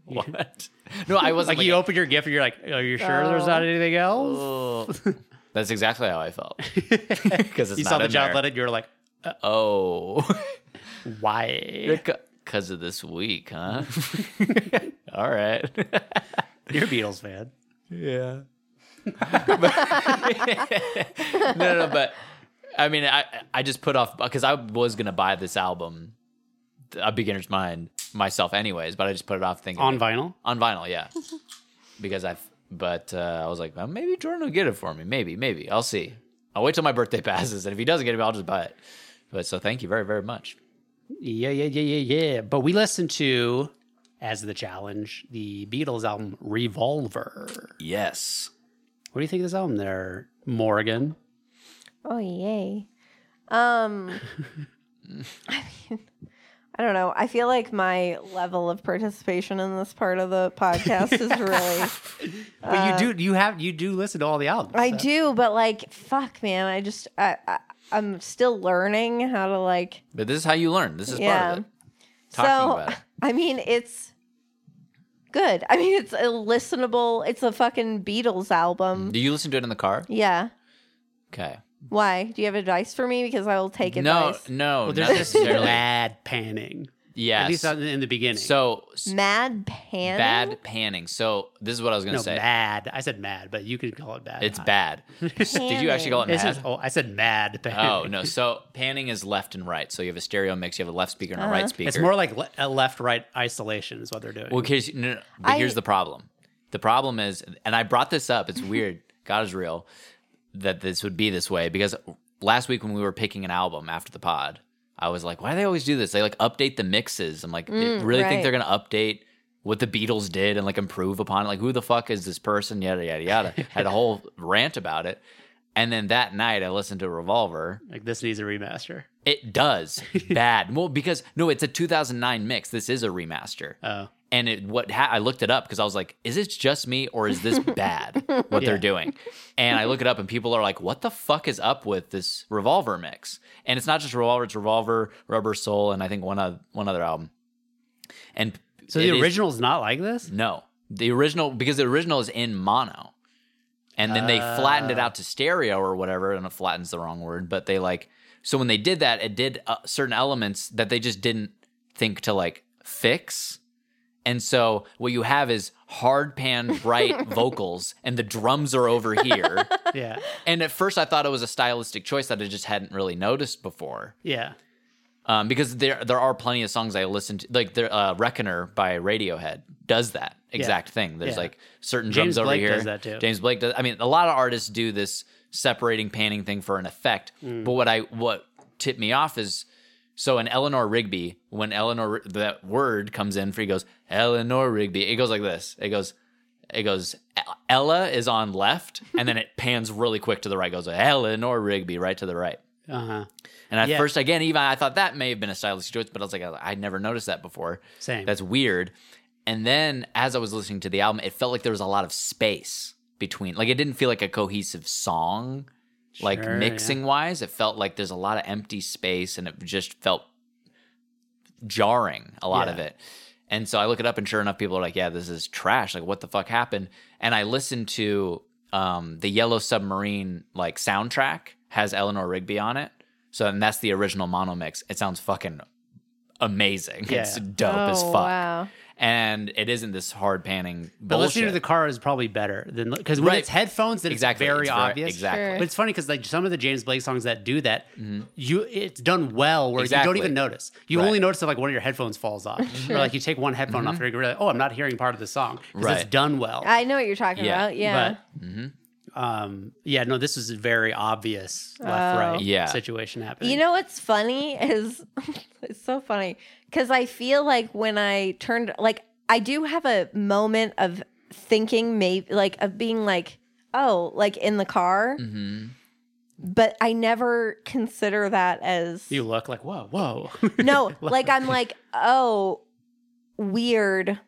Yeah. what? No, I was Like, like, you open your gift and you're like, are you sure there's Oh. not anything else? oh. That's exactly how I felt because it's you not saw the in John there. Lennon, you're like, Oh, why? because of this week, huh? All right. You're a Beatles fan. Yeah. no, no, but I mean, I I just put off because I was gonna buy this album, A Beginner's Mind, myself, anyways. But I just put it off thinking On vinyl? on vinyl, yeah, because I. But uh, I was like, well, maybe Jordan will get it for me. Maybe, maybe I'll see. I'll wait till my birthday passes, and if he doesn't get it, I'll just buy it. But so thank you very, very much. Yeah, yeah, yeah, yeah, yeah. But we listened to, as the challenge, the Beatles album Revolver. Yes. What do you think of this album there, Morgan? Oh yay. Um I mean I don't know. I feel like my level of participation in this part of the podcast is really But you do, you have, you do listen to all the albums. I so- do, but like fuck man, I just I, I I'm still learning how to like But this is how you learn. This is part Yeah. of it. Talking so about it. I mean it's good. I mean it's a listenable it's a fucking Beatles album. Do you listen to it in the car? Yeah. Okay. Why? Do you have advice for me? Because I will take No, advice. Oh, no, Well, not there's this necessarily. mad panning. At yes. least in in the beginning. So s- Mad pan. bad panning. So this is what I was gonna no, say. mad. I said mad, but you could call it bad. Uh, It's bad. Did you actually call it This is- mad? oh, I said mad panning. Oh no. So panning is left and right. So you have a stereo mix. You have a left speaker and a Uh-huh. right speaker. It's more like le- a left-right isolation is what they're doing. Well, here's, no, no, but I- here's the problem. The problem is, and I brought this up. It's weird. God is real that this would be this way because last week when we were picking an album after the pod, I was like, why do they always do this? They like update the mixes. I'm like, they Mm, really think right. they're gonna update what the Beatles did and like improve upon it. Like, who the fuck is this person? Yada yada yada. Had a whole rant about it. And then that night, I listened to Revolver. like this needs a remaster. It does bad. Well, because no, it's a 2009 mix. This is a remaster Oh, and it what ha- I looked it up because I was like, is it just me or is this bad what Yeah. they're doing? And I look it up and people are like, what the fuck is up with this revolver mix? And it's not just revolver; it's revolver, Rubber Soul, and I think one oth- one other album. And so it the is- original's not like this. no, the original because the original is in mono, and then they flattened it out to stereo or whatever, and it flattens the wrong word, but they like so when they did that, it did uh, certain elements that they just didn't think to like fix, and so what you have is hard pan bright vocals, and the drums are over here. Yeah, And at first, I thought it was a stylistic choice that I just hadn't really noticed before yeah. um, because there there are plenty of songs I listen to, like the uh, "Reckoner" by Radiohead does that exact thing. There's Yeah. like certain James drums over Blake here. does that too. James Blake does. I mean, a lot of artists do this separating panning thing for an effect. Mm. But what I what tipped me off is so in Eleanor Rigby, when Eleanor that word comes in, for he goes Eleanor Rigby, it goes like this. It goes It goes "E-, Ella is on left, and then it pans really quick to the right. It goes Eleanor Rigby right to the right. Uh huh. And at Yeah. first, again, even I thought that may have been a stylistic choice, but I was like, I I never noticed that before. Same. That's weird. And then as I was listening to the album, it felt like there was a lot of space between. Like it didn't feel like a cohesive song, like Sure, yeah. mixing wise. It felt like there's a lot of empty space, and it just felt jarring a lot of Yeah. it. And so I look it up, and sure enough, people are like, "Yeah, this is trash. Like, what the fuck happened?" And I listened to um, the Yellow Submarine like soundtrack has Eleanor Rigby on it, so and that's the original mono mix. It sounds fucking amazing. Yeah. It's dope oh, as fuck, Wow. and it isn't this hard panning But listening to the bullshit. car is probably better than because when Right. it's headphones, then Exactly, it's very it's very- obvious. exactly. Sure. But it's funny because like some of the James Blake songs that do that, you it's done well where you Mm-hmm. Exactly. don't even notice. You Right. Mm-hmm. only notice if like one of your headphones falls off, or like you take one headphone off and you realize, oh, I'm not hearing part of the song because it's Right. done well. I know what you're talking Yeah, about. Uh, Yeah. But Mm-hmm. um, yeah, no, this was a very obvious left right Yeah. situation happening. You know what's funny is it's so funny because I feel like when I turned, like, I do have a moment of thinking, maybe, like, of being like, oh, like in the car, hmm but I never consider that as. you look like whoa, whoa. No, like, I'm like, oh, weird.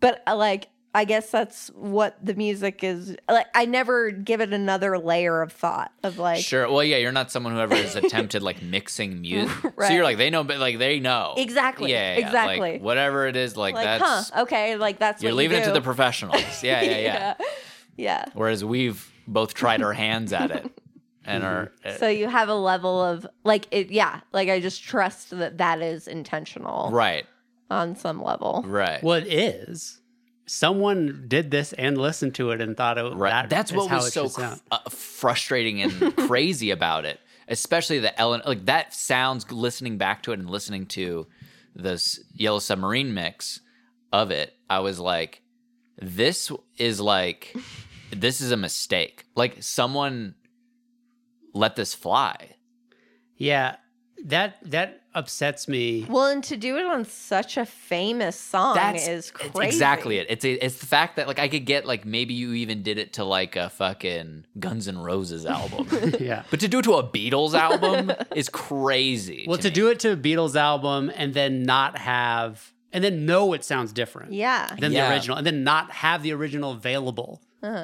But uh, like, I guess that's what the music is. Like, I never give it another layer of thought of like, Sure. Well, yeah, you're not someone who ever has attempted like mixing music, so Right. you're like they know, but like they know Exactly, Yeah, yeah, yeah. Like, exactly. whatever it is, like, like, huh, that's okay, like that's what you're you leaving it to do. the professionals. Yeah, yeah, yeah. Yeah. Whereas we've both tried our hands at it and are eh, Yeah. So you have a level of like it, yeah. Like I just trust that that is intentional right, on some level. right. Well, it is. Someone did this and listened to it and thought it right. that That's is what how was it so should sound. cr- uh, frustrating and crazy about it, especially the Ellen. Like that sounds. Listening back to it and listening to this Yellow Submarine mix of it, I was like, this is like, this is a mistake. Like someone let this fly. Yeah, that that upsets me. Well, and to do it on such a famous song is it's crazy. exactly it. It's a, it's the fact that like I could get like maybe you even did it to like a fucking Guns N' Roses album, Yeah. but to do it to a Beatles album is crazy. Well, to, me. do it to a Beatles album and then not have and then know it sounds different Yeah. than Yeah. the original, and then not have the original available.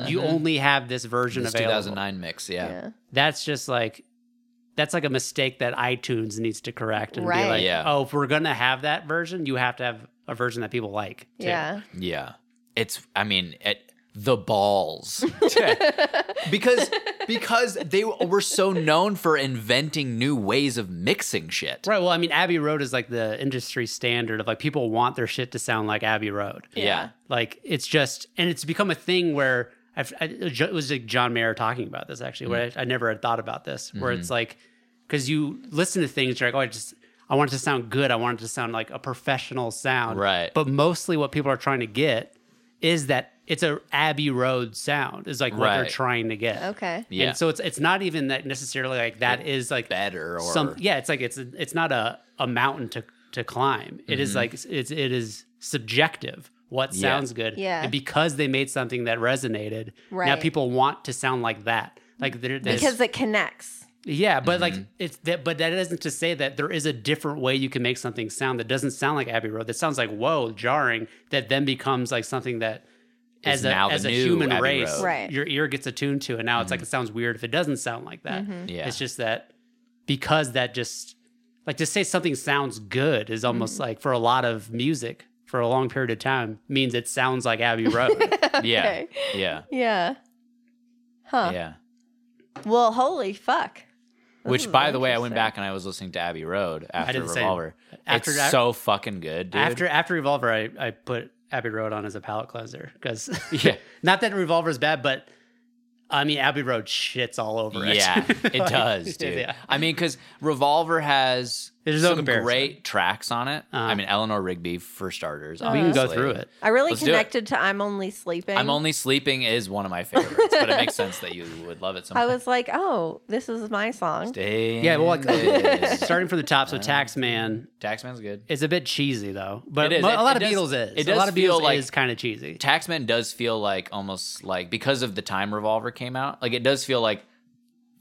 You only have this version Mm-hmm. this available. 2009 mix, yeah. Uh-huh. Yeah. That's just like that's like a mistake that iTunes needs to correct and Right. be like, Yeah. oh, if we're gonna have that version, you have to have a version that people like. too. Yeah. Yeah. It's I mean, it, the balls. because because they were so known for inventing new ways of mixing shit. Right. Well, I mean, Abbey Road is like the industry standard of like people want their shit to sound like Abbey Road. Yeah. Like it's just, and it's become a thing where I've, I, it was like John Mayer talking about this actually, where Mm. I, I never had thought about this, where it's Mm-hmm. like, because you listen to things, you're like, oh, I just, I want it to sound good. I want it to sound like a professional sound. Right. But mostly what people are trying to get is that it's a Abbey Road sound, is like what they're Right. trying to get. Okay. Yeah. And so it's it's not even that necessarily like that is like better or some yeah it's like it's a, it's not a, a mountain to to climb It is like it's it's- it is subjective what Mm-hmm. Yeah. sounds good Yeah. and because they made something that resonated now Right. people want to sound like that like there, there's- Because it connects. yeah but Mm-hmm. like it's that but that isn't to say that there is a different way you can make something sound that doesn't sound like Abbey Road that sounds like whoa jarring that then becomes like something that Is as a, now the as a new human Abbey race, Road. Mm-hmm. Right. your ear gets attuned to, and now it's like it sounds weird if it doesn't sound like that. Yeah. It's just that because that just like to say something sounds good is almost like for a lot of music for a long period of time means it sounds like Abbey Road. Yeah. Okay. Yeah. Yeah. Huh. Yeah. Well, holy fuck. Which, is by the way, I went interesting. back and I was listening to Abbey Road after didn't say- Revolver. after it's that- so fucking good, dude. after after Revolver, I, I put Abbey Road on as a palate cleanser because Yeah. not that Revolver is bad, but I mean Abbey Road shits all over it. yeah, it does, dude. Yeah. I mean, because Revolver has There's no some comparison. great tracks on it. I Uh-huh. mean, Eleanor Rigby for starters. we can go obviously. through it. I really Let's do it. connected to I'm Only Sleeping. I'm only sleeping is one of my favorites, but it makes sense that you would love it. I Sometime. was like, oh, this is my song. Yeah, well, like, starting from the top. So Taxman Taxman's good. is a bit cheesy though, but It is. mo- It- a lot it of does- Beatles is. it a does lot of feel Beatles like- is kind of cheesy. Taxman does feel like almost like because of the time Revolver came out, like it does feel like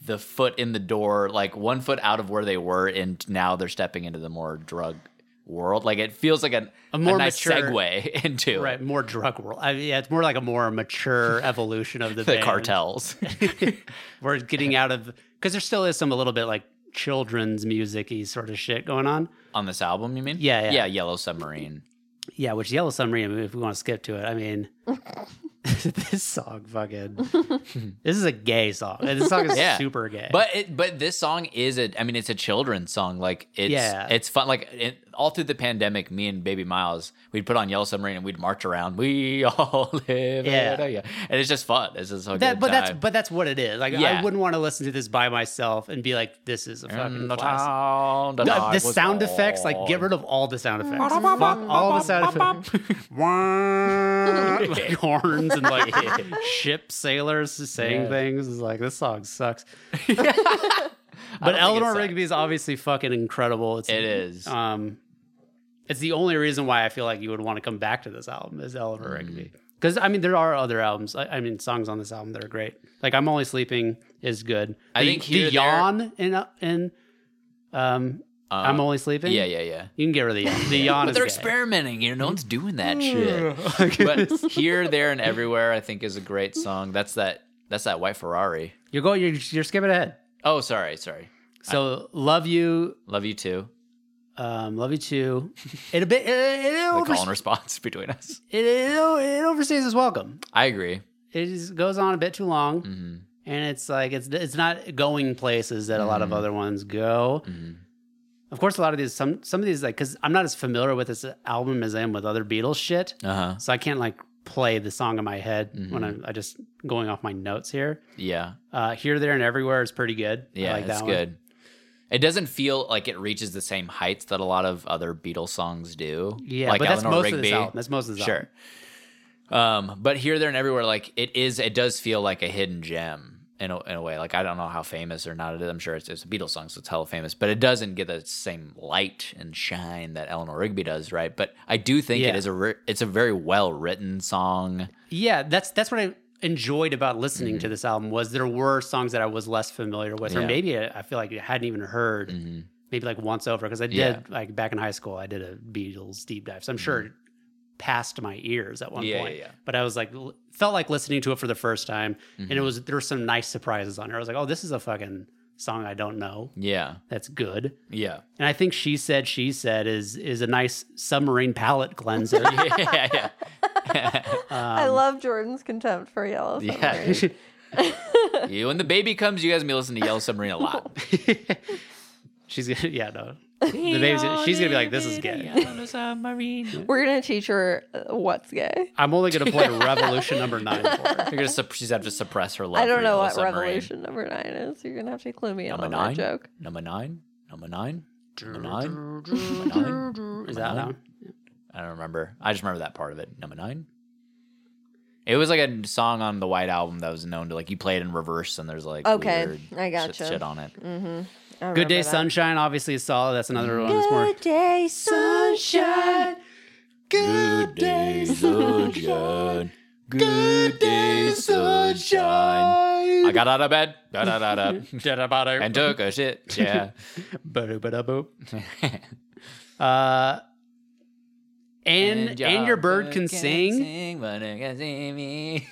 the foot in the door, like one foot out of where they were, and now they're stepping into the more drug world. Like it feels like a, A more nice mature- segue into it. Right, more drug world. I mean, yeah, it's more like a more mature evolution of the, the band. cartels. We're getting out of because there still is some a little bit like children's musicy sort of shit going on. on this album, you mean? Yeah, yeah. yeah. Yellow Submarine. Yeah, which Yellow Submarine, if we want to skip to it, I mean, this song fucking. this is a gay song. This song is Yeah. super gay. But it, but this song is a I mean it's a children's song like it's Yeah. it's fun like it, all through the pandemic me and baby Miles we'd put on Yellow Submarine and we'd march around we all live Yeah. yeah and it's just fun it's just a that, good but that's time. but that's what it is. Like I Yeah. wouldn't want to listen to this by myself and be like, this is a fucking And Mm, the classic. town that No, I the was sound effects, like get born. rid of all the sound effects. Fuck all the sound effects. Wah, like horns and like ship sailors saying things. It's like this song sucks. but it Eleanor sucks. Rigby is obviously fucking incredible. It's, It is. Um, it's the only reason why I feel like you would want to come back to this album is Eleanor Mm. Rigby. Because I mean, there are other albums. I, I mean, songs on this album that are great. Like "I'm Only Sleeping" is good. I The- think the here, there- yawn in uh, in um, "I'm Only Sleeping." Uh, yeah yeah yeah You can get rid of the yawn. The yawn but is they're gay. experimenting you know no one's doing Mm. that shit but here there and everywhere I think is a great song that's that that's that white Ferrari You're going. You're, you're skipping ahead. oh sorry sorry So love you, love you too um, love you too. It a bit. It, it, it, the call and overs- response between us it, it, o- it overstays its welcome. I agree. Mm-hmm, It just goes on a bit too long, and it's like it's it's not going places that a lot Mm. of other ones go. mm-hmm. Of course, a lot of these some some of these like because I'm not as familiar with this album as I am with other Beatles shit, Uh huh. so I can't like play the song in my head when Mm-hmm. I'm I just going off my notes here. Yeah. Uh, here, there, and everywhere is pretty good. I Yeah. like that's that one. good. It doesn't feel like it reaches the same heights that a lot of other Beatles songs do. Yeah, like but that's most of this album. That's most of this album. sure. Um, but here, there, and everywhere, like it is, it does feel like a hidden gem in a, in a way. Like I don't know how famous or not it is. I'm sure it's, it's a Beatles song, so it's hella famous. But it doesn't get the same light and shine that Eleanor Rigby does, right? But I do think Yeah. it is a ri- it's a very well written song. Yeah, that's that's what I enjoyed about listening to this album was there were songs that I was less familiar with, Mm-hmm. or Yeah. maybe I, I feel like I hadn't even heard, Mm-hmm. maybe like once over because I did Yeah. Mm-hmm. like back in high school I did a Beatles deep dive, so I'm sure it passed my ears at one Yeah, point. yeah, yeah. But I was like l- felt like listening to it for the first time, Mm-hmm. and Mm-hmm. it was there were some nice surprises on there. I was like, oh, this is a fucking song I don't know. Yeah. That's good. Yeah. And I think she said she said is is a nice submarine palate cleanser. um, yeah. Yeah. I love Jordan's contempt for Yellow. Submarine. Yeah. you when the baby comes, you guys will be listening to Yellow Submarine a lot. She's gonna, yeah, no. The baby's gonna, she's gonna be like, this is gay. We're gonna teach her uh, what's gay. I'm only gonna play revolution number nine for her. You're gonna sup- she's have to suppress her love. I don't for know Yellow what Submarine. Revolution Number Nine is. You're gonna have to clue me in Number on that nine. joke. Number nine. Number nine. Number nine. Number nine. Is that how? I don't remember. I just remember that part of it. Number nine. It was like a song on the White Album that was known to like you play it in reverse and there's like Okay, weird I gotcha. shit, shit on it. Mm-hmm. I Good Day remember that. Sunshine, obviously, is solid. That's another one that's more. Good day, sunshine. Good day sunshine. Good day sunshine. I got out of bed. Da da da da. and took a shit. Yeah. Ba-do-ba-da-boo. Uh, and and your bird can sing. but it can see me.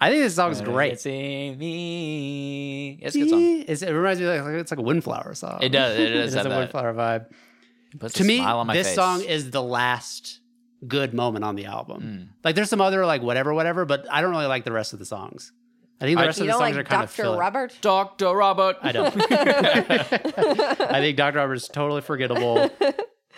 I think this song's But it can great. see me. It's a good song. It's, it reminds me of like it's like a windflower song. It does. It It does is have a that. windflower vibe. Puts to a me, smile on my this face. song is the last good moment on the album. Hmm. Like, there's some other like whatever, whatever, but I don't really like the rest of the songs. I think the I- rest You of the don't songs like are kind of Dr. filler. Robert? Doctor Robert. I don't. I think Dr. Robert is totally forgettable,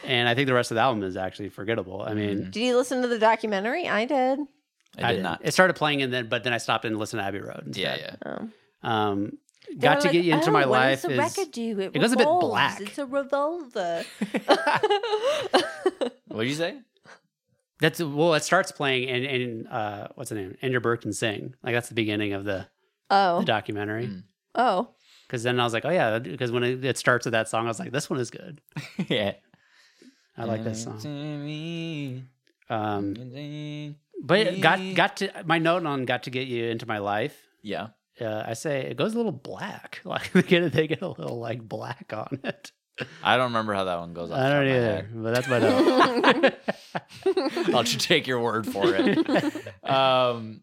and I think the rest of the album is actually forgettable. I mean, Did you listen to the documentary? I did. I Mm-hmm. did didn't. not. It started playing, and then but then I stopped and listened to Abbey Road. Yeah, Instead. yeah. Um, got to They're get you like, into "Oh, my what life does is the record do? It, it goes a bit revolves. black. It's a revolver. What'd you say? that's well, it starts playing and and uh, what's the name? Ender Burke can sing. Like that's the beginning of the, the oh, documentary. Mm. oh, Because then I was like, oh yeah, because when it, it starts with that song, I was like, this one is good. yeah. I like this Mm. song. song. Um, but it got got to my note on got to get you into my life. Yeah. Uh, I say it goes a little black. Like they get they get a little like black on it. I don't remember how that one goes. Off I the don't top of my either, but that's my note. head. I'll just take your word for it. um,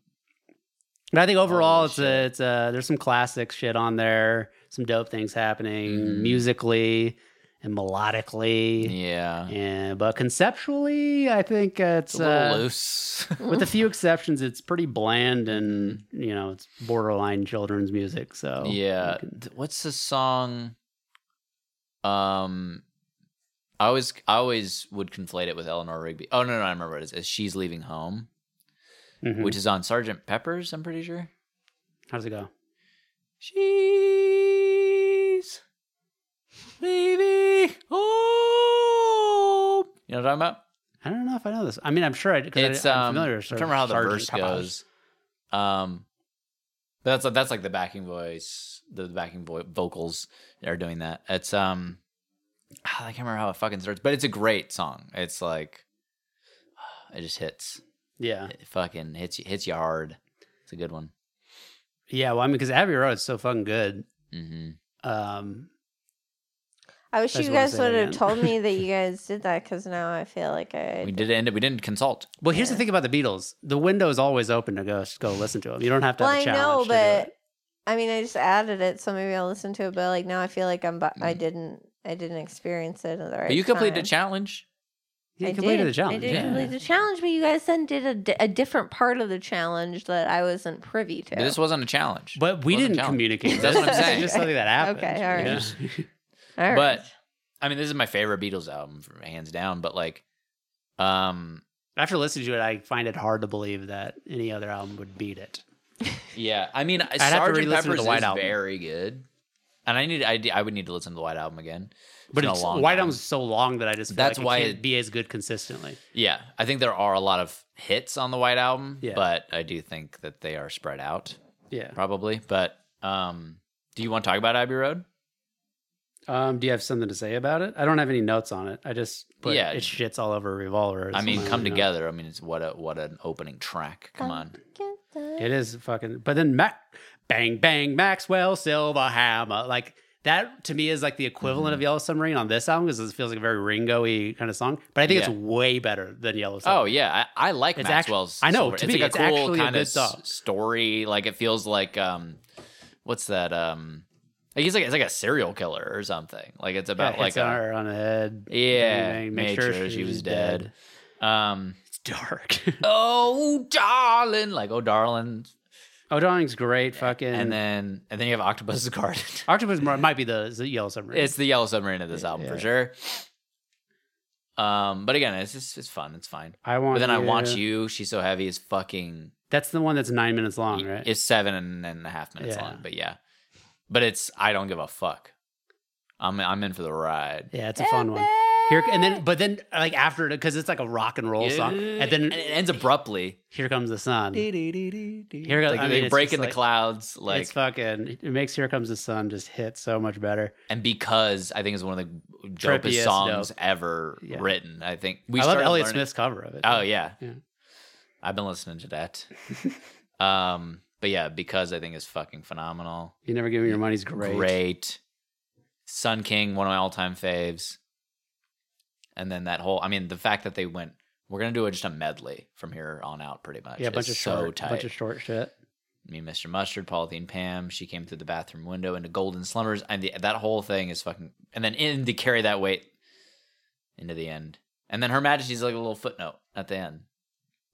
But I think overall, Holy it's a, it's a, there's some classic shit on there, some dope things happening Mm. musically and melodically, yeah. and but conceptually, I think uh, it's, It's a little uh, loose. with a few exceptions, it's pretty bland and you know it's borderline children's music. So Mm-hmm. yeah. Th- What's the song? Um, I always I always would conflate it with Eleanor Rigby. Oh no no I remember what it is. It's She's Leaving Home, Mhm. which is on Sergeant Pepper's. I'm pretty sure. how does it go? She's leaving home. You know what I'm talking about? I don't know if I know this. I mean, I'm sure I, 'cause It's I, I'm um, familiar. with I Sar- don't remember how the Sergeant verse Pepper's. goes. Um, but that's that's like the backing voice, the backing vo- vocals are doing that. It's um, ah, I can't remember how it fucking starts, but it's a great song. It's like it just hits, Yeah, it fucking hits you, hits you hard. It's a good one. yeah. Well, I mean, because Abbey Road is so fucking good. Mm-hmm. Um, I wish I just you wanna guys say that would have again. told me that you guys did that because now I feel like I. We did end it. We didn't consult. well, here's the thing about the Beatles: the window is always open to go go listen to them. You don't have to. well, have I a challenge know, to do but it. I mean, I just added it, so maybe I'll listen to it. But like now, I feel like I'm. bu- I Hmm. didn't. I didn't experience it. At the right But you completed time. a challenge. you I completed did. the challenge. I did yeah. complete the challenge, but you guys then did a, di- a different part of the challenge that I wasn't privy to. But this wasn't a challenge. But we It wasn't a didn't challenge. communicate. That's what I'm This is saying. Just something that happened. Okay, all right. Yeah. All right. But I mean, this is my favorite Beatles album, hands down. But like, um, After listening to it, I find it hard to believe that any other album would beat it. Yeah, I mean, have to Sergeant re-listen to Pepper's the White is Album. very good, and I need I, I would need to listen to the White Album again. But been a it's long White time. Album's so long that I just feel That's like why it can't it- be as good consistently. Yeah, I think there are a lot of hits on the White Album, Yeah. but I do think that they are spread out Yeah. probably. But um, do you want to talk about Abbey Road? Um, do you have something to say about it? I don't have any notes on it. I just put Yeah. it shits all over Revolver. I is mean, my come only note. together. I mean, it's what a what an opening track. Come on, Get the- It is fucking. But then Mac, bang bang Maxwell Silver Hammer, like that to me is like the equivalent Mm-hmm. of Yellow Submarine on this album because it feels like a very Ringo-y kind of song. But I think Yeah. it's way better than Yellow Submarine. Oh yeah, I, I like It's actu- Maxwell's. I know, Silver. to it's me, like it's a cool actually a kind good of song. story. Like it feels like um, what's that um, like he's like it's like a serial killer or something. Like it's Yeah, about like hits a her on the head. yeah, bang, made sure, she was dead. Um, It's dark. oh darling, like oh darling, oh, darling's great. Fucking and then and then you have Octopus's Garden. Octopus Mar- might be the, the Yellow Submarine. it's the Yellow Submarine of this album for sure. Um, but again, it's just it's fun. It's fine. I want. But then you. I want you. She's so heavy is fucking That's the one that's nine minutes long, right? It's seven and, and a half minutes Yeah. long, but yeah. But it's I don't give a fuck. I'm I'm in for the ride. yeah, it's a fun one. Here and then, but then like after it, because it's like a rock and roll song, and then it ends abruptly. here comes the sun. Here goes. Like I mean, they it's break just in the like- clouds, like it's fucking. It makes "Here Comes the Sun" just hit so much better. and because I think is one of the dopest Trippiest songs dope. ever Yeah. written. I think we I love started Elliott learning- Smith's cover of it. Oh yeah. Yeah. I've been listening to that. um, but yeah, because I think it's fucking phenomenal. you never give me your money's great. great. Sun King, one of my all-time faves. And then that whole I mean, the fact that they went we're gonna do it just a medley from here on out pretty much. Yeah, a bunch It's of so short, tight. bunch of short shit. Me, Mr. Mustard, Pauline Pam, she came through the bathroom window into golden slumbers. And the, that whole thing is fucking and then in to carry that weight into the end. And then Her Majesty's like a little footnote at the end.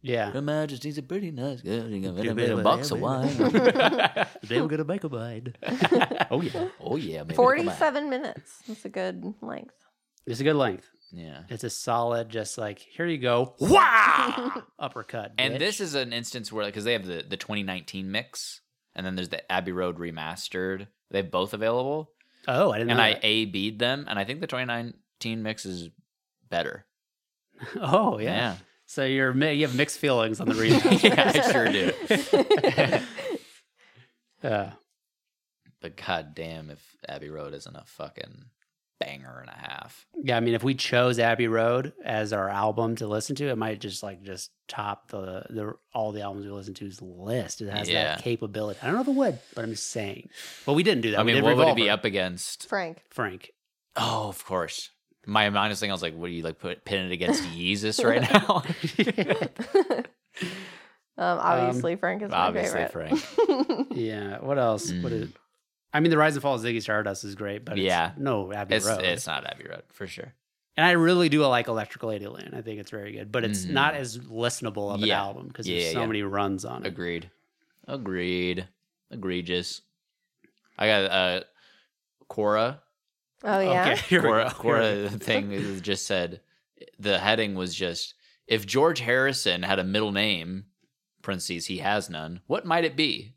Yeah. Her Majesty's a pretty nice girl. You can Pretty win a bit box of of wine. Today we're gonna make a bite. oh yeah, oh yeah, baby, come on. Forty-seven minutes. That's a good length. it's a good length. Yeah. It's a solid, just like here you go, Ah, wow, uppercut. And bitch. this is an instance where, because they have the, the 2019 mix, and then there's the Abbey Road remastered, They have both available, Oh, I didn't. and know I that. A B'd them, and I think the 2019 mix is better. Oh yeah. Yeah, So you're mi- you have mixed feelings on the reason. yeah, I sure do. uh, But goddamn, if Abbey Road isn't a fucking banger and a half. yeah, I mean, if we chose Abbey Road as our album to listen to, it might just like just top the the all the albums we listen to's list. It has Yeah. that capability. I don't know if it would, but I'm just saying. But we didn't do that. I We mean, did what would it be Revolver. up against? Frank. Frank? Oh, of course. My honest thing, I was like, what do you like put pin it against Yeezus right now? Um, obviously, Frank is my Obviously, favorite. Frank. Yeah. What else? What is? I mean, the Rise and Fall of Ziggy Stardust is great, but Mm. Yeah. yeah, it's, no Abbey It's, Road. it's not Abbey Road for sure. and I really do like Electrical Ladyland. I think it's very good, but it's not as listenable of an Mm. Yeah. album because Yeah, there's yeah, so yeah. many runs on it. Agreed. Agreed. Egregious. I got uh Quora. Oh yeah. Okay, here we Quora, go, here we go. Quora thing is just said the heading was just if George Harrison had a middle name, parentheses he has none, what might it be?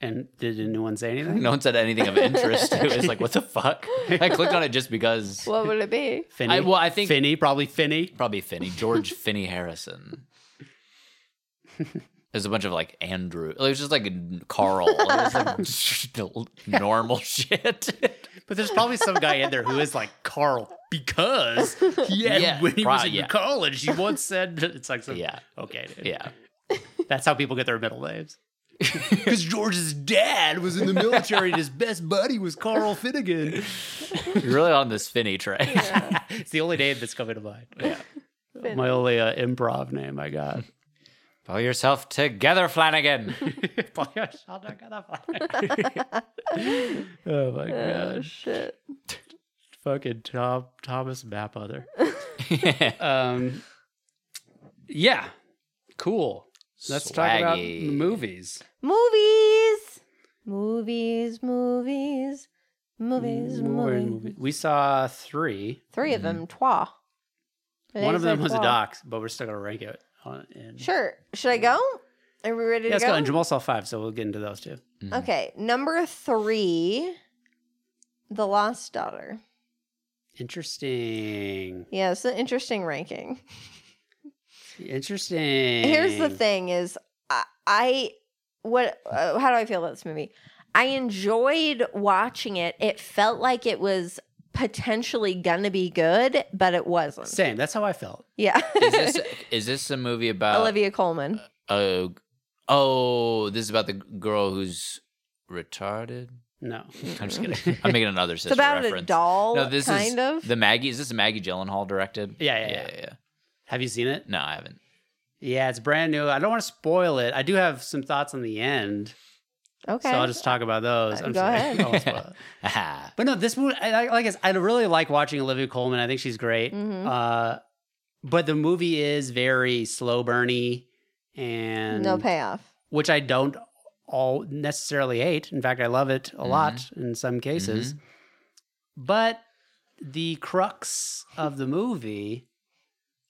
And did anyone say anything? No one said anything of interest. it was like, what the fuck? I clicked on it just because What would it be? Finney. I- well, I think- Finney, probably Finney. probably Finney, George Finney Harrison. There's a bunch of like Andrew. It was just like Carl. It was like normal shit. But there's probably some guy in there who is like Carl because he had- Yeah, when he pro- was in yeah. college, he once said it's like some, Yeah. okay, dude. Yeah. That's how people get their middle names. Because George's dad was in the military and his best buddy was Carl Finnegan. You're really on this Finney train. it's the only name that's coming to mind. Yeah. My only uh, improv name I got. Pull yourself together, Flanagan. oh my Oh gosh. shit. Fucking Tom, Thomas Mapother. um, yeah, cool. Let's talk about Swaggy. movies. Movies. Movies. Movies. Movies. Movies, Movies. movies. We saw three. Three of them. Trois. One Today's of them our was a trois. doc, but we're still gonna rank it. On, in. Sure. Should I go? Are we ready Yeah, let's to go. go? And Jamal saw five, so we'll get into those too. Mm-hmm. Okay, number three, The Lost Daughter. Interesting. Yeah, it's an interesting ranking. Interesting. Here's the thing: is I, I what? Uh, how do I feel about this movie? I enjoyed watching it. It felt like it was potentially gonna be good, but it wasn't. Same. That's how I felt. Yeah, is this is this a movie uh, about Olivia Coleman. Oh, oh, this is about the girl who's retarded. No. I'm just kidding. I'm making another sister It's about reference. a doll, no, this kind is of. the Maggie. Is this Maggie Gyllenhaal directed? Yeah, yeah, yeah. Have you seen it? No, I haven't. Yeah, it's brand new. I don't want to spoil it. I do have some thoughts on the end, okay, so I'll just talk about those. Uh, I'm go sorry. ahead. I won't spoil it. Ah, But no, this movie, I, I- like I, said, I really like watching Olivia Colman. I think she's great. Mhm. Uh, but the movie is very slow burny, and no payoff. which I don't all necessarily hate. In fact, I love it a lot in some cases. But the crux of the movie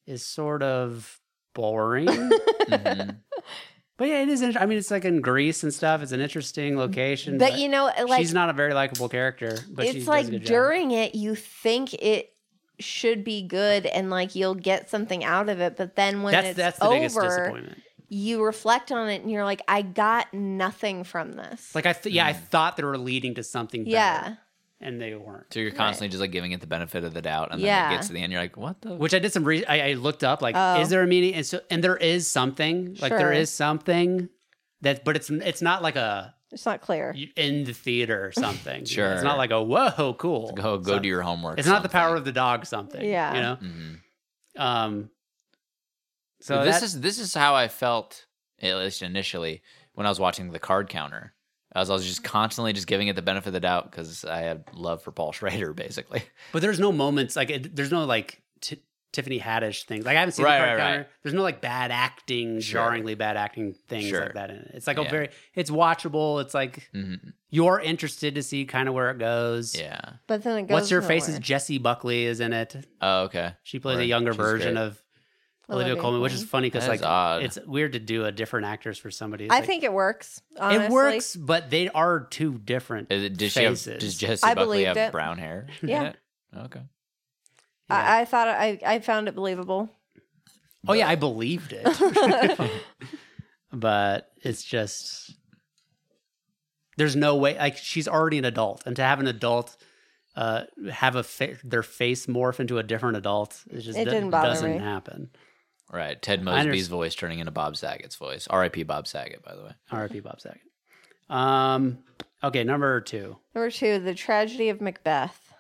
is sort of boring. mhm. But yeah, it is. Inter- I mean, it's like in Greece and stuff. It's an interesting location. But you know, uh, like she's not a very likable character. But she it's does a good like job. during it you think it should be good and like you'll get something out of it but then when That's it's that's the biggest over disappointment. you reflect on it and you're like i got nothing from this Like I th- yeah, I thought they were leading to something. yeah better, and they weren't. so you're constantly just like giving it the benefit of the doubt, and then Yeah. it gets to the end, you're like, what the? Which I did some. Re- I, I looked up like, Oh. is there a meaning? And so and there is something. Like Sure. there is something that, but it's it's not like a it's not clear you- in the theater or something. you know? it's Sure. not like a whoa Go cool. go something. do your homework. It's not the power of the dog. Something. Yeah. You know. Mhm. Um. So Well, this that- is this is how I felt at least initially when I was watching the card counter. I was, I was just Mm-hmm. constantly just giving it the benefit of the doubt because I had love for Paul Schrader, basically. But there's no moments like it, there's no like t- Tiffany Haddish things. Like I haven't seen Right, the card right, counter. right. There's no like bad acting, Sure. jarringly bad acting things Sure. like that in it. It's like a Yeah. very it's watchable. It's like Mhm. you're interested to see kind of where it goes. Yeah. but then it goes What's your face nowhere. is Jesse Buckley is in it. Oh, okay. She plays a Right. younger She's version great. of Olivia Olivia Colman, which is funny because That is like odd. it's weird to do a different actress for somebody. It's I like- think it works. it honestly. works, but they are two different. Is it, did she have, faces. does Jesse I Buckley believed have it. brown hair? in Yeah. it? Okay. Yeah. I, I thought I, I found it believable. oh yeah, I believed it, but it's just there's no way. Like she's already an adult, and to have an adult uh, have a fa- their face morph into a different adult, it just It do- didn't bother doesn't me. happen. Right. Ted I under- Mosby's voice turning into Bob Saget's voice. R.I.P. Bob Saget, by the way. R.I.P. Bob Saget. Um. Okay, number two. Number two, the tragedy of Macbeth.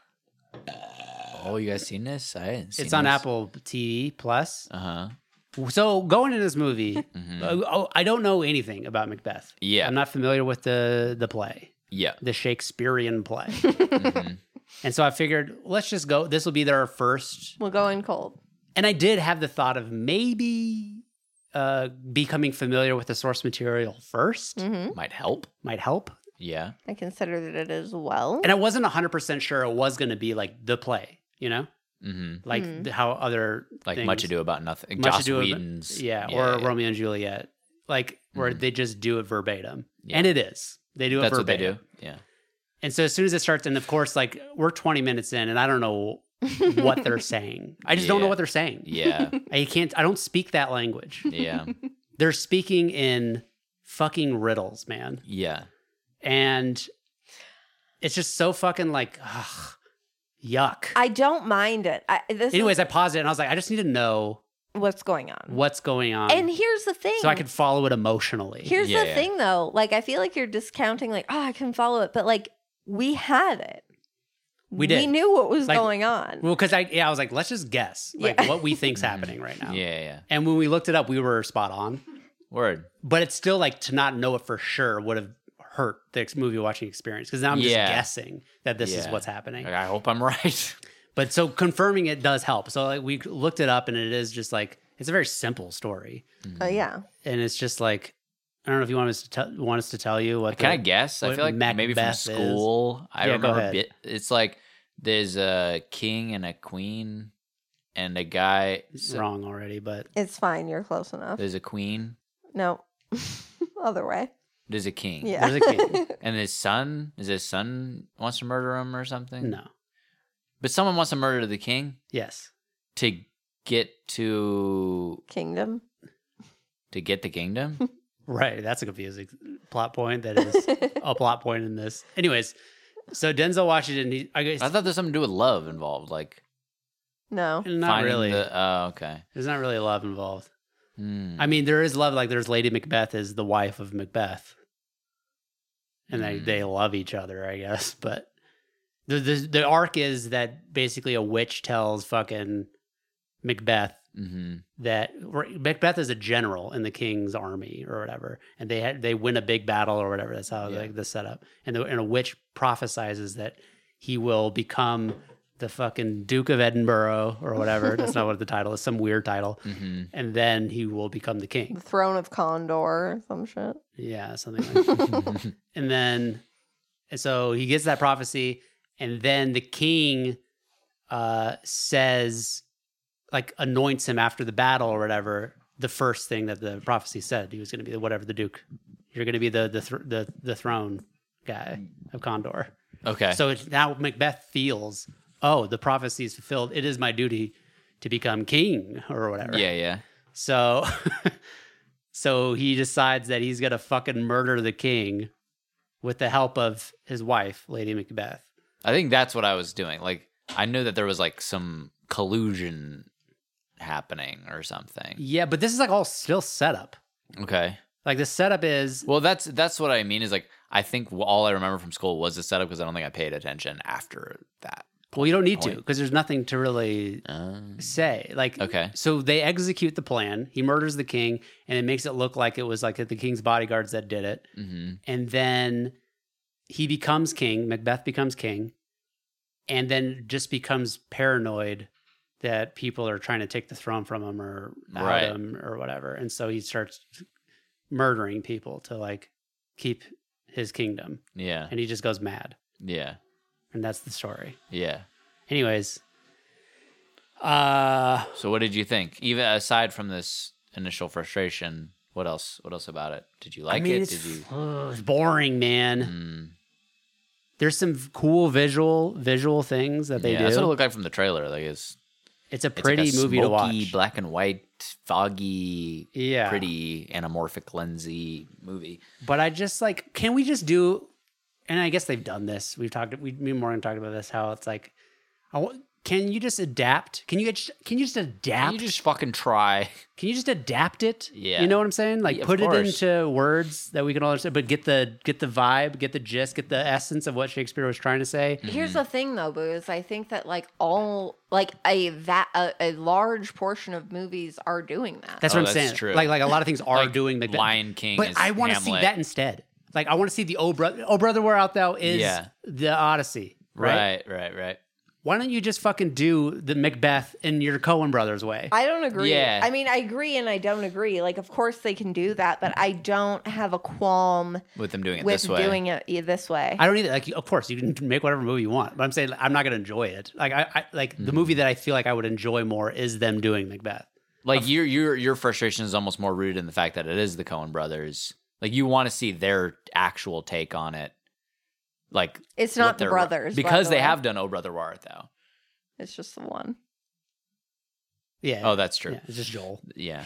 Oh, you guys seen this? I hadn't seen It's on this. Apple TV Plus. Uh huh. So going into this movie, uh, oh, I don't know anything about Macbeth. Mm-hmm. Yeah. I'm not familiar with the the play, Yeah. the Shakespearean play, Mhm. and so I figured let's just go. This will be their first, We'll go in cold. and I did have the thought of maybe uh, becoming familiar with the source material 1st hmm Might help. might help. Yeah. I considered it as well. And I wasn't 100 percent sure it was going to be like the play, you know, hmm like Mhm. th- how other Like things- Much Ado About Nothing. Much Joss Ado About- Whedon's. yeah, or Romeo and Juliet, like where they just do it verbatim, Mm-hmm. Yeah. and it is they do it That's what they verbatim. do. Yeah. And so as soon as it starts, and of course, like we're 20 minutes in, and I don't know what they're saying. I just don't know Yeah. what they're saying. Yeah. I can't. I don't speak that language. Yeah. They're speaking in fucking riddles, man, Yeah. and it's just so fucking like ugh, yuck. I don't mind it. I, this Anyways, is I paused it and I was like, I just need to know what's going on. what's going on, and here's the thing. so I could follow it emotionally. Here's Yeah, the yeah. thing though. Like I feel like you're discounting like, oh, I can follow it, but like we had it. We did. We knew what was Like- going on. Well, because I yeah, I was like, let's just guess like Yeah. what we think's happening right now. Mm-hmm. Yeah. Yeah. And when we looked it up, we were spot on. Word. But it's still like to not know it for sure would have hurt the ex- movie watching experience because now I'm just Yeah. guessing that this is Yeah. what's happening. Like, I hope I'm right. But so confirming it does help. So like we looked it up and it is just like it's a very simple story, Hmm. Uh, yeah. and it's just like I don't know if you want us to tell want us to tell you what. I kind the- of guess. I what feel like maybe from Macbeth is. school. I Yeah, go remember ahead. bit, it's like there's a king and a queen and a guy. it's wrong already, but It's fine. You're close enough. There's a queen. No. Other way. There's a king. Yeah. there's a king. And his son is his son wants to murder him or something. no, But someone wants to murder the king yes, to get to Kingdom. to get the kingdom. right. That's a confusing plot point. That is a plot point in this. Anyways, so Denzel Washington, he, I guess, I thought there's something to do with love involved, like no. not finding really. The, oh, okay. There's not really love involved. Hmm. I mean, there is love. Like there's Lady Macbeth is the wife of Macbeth, and they Mm. they love each other, I guess. But the the, the arc is that basically a witch tells fucking Macbeth hmm that Macbeth is a general in the king's army or whatever, and they had they win a big battle or whatever. That's how Yeah. like the setup. And the, and a witch prophesizes that he will become the fucking Duke of Edinburgh or whatever. That's not what the title is. Some weird title. hmm And then he will become the The king. throne of Condor or some shit. Yeah, something like that. mm-hmm. and then and so he gets that prophecy and then the king uh says like anoints him after the battle or whatever the first thing that the prophecy said he was going to be the whatever the duke you're going to be the the thr the the throne guy of condor Okay. so it's now macbeth feels oh the prophecy is fulfilled it is my duty to become king or whatever yeah, yeah. so so he decides that he's gonna fucking murder the king with the help of his wife, Lady Macbeth. I think that's what I was doing. Like I knew that there was like some collusion happening or something. Yeah, but this is like all still setup. Okay. Like the setup is Well, that's that's what I mean is like I think wh- all I remember from school was the setup because I don't think I paid attention after that. well, you don't need to Point. because there's nothing to really Um, say. Like Okay. so they execute the plan. He murders the king, and it makes it look like it was like the king's bodyguards that did it. hmm and then he becomes king. Macbeth becomes king, and then just becomes paranoid that people are trying to take the throne from him or out Right. him or whatever, and so he starts murdering people to like keep his kingdom, Yeah. and he just goes mad, Yeah. and that's the story. Yeah. Anyways, Uh, So what did you think? Even aside from this initial frustration, what else? What else about it? Did you like I mean, it? it's, Did you? uh, it's boring, man. Mm. There's some v- cool visual visual things that they yeah, do. that's what it looked like from the trailer. Like it's, it's a it's like a pretty movie to smoky, watch. black and white, foggy, yeah, pretty anamorphic lensy movie. But I just like, can we just do? And I guess they've done this. We've talked. We, me and Morgan talked about this. How it's like, I want, can you just adapt? Can you get? Can you just adapt? Can you just fucking try? Can you just adapt it? Yeah. You know what I'm saying? Like Yeah, of put it course. into words that we can all understand, but get the get the vibe, get the gist, get the essence of what Shakespeare was trying to say. Here's the thing, though, Booze. I think that like all like a that a, a large portion of movies are doing that. That's Oh, what I'm that's saying. true. Like like a lot of things are Like doing Macbeth. Lion King But is I want to see Hamlet. that instead. Like I want to see the Oh Brother Oh Brother Where Art Thou is Yeah. the Odyssey. Right? Right, right, right. Why don't you just fucking do the Macbeth in your Cohen brothers way? I don't agree. Yeah. I mean, I agree and I don't agree. Like, of course they can do that, but I don't have a qualm With them doing it with this way. doing it yeah, this way. I don't either. Like, of course, you can make whatever movie you want, but I'm saying like, I'm not going to enjoy it. Like, I, I like Mm. the movie that I feel like I would enjoy more is them doing Macbeth. like your your your frustration is almost more rooted in the fact that it is the Cohen brothers. Like you want to see their actual take on it. Like it's what not the they're- brothers by because the they way. have done "Oh Brother Where Art Thou." It's just the one. Yeah. Oh, that's true. Yeah, it's just Joel. Yeah,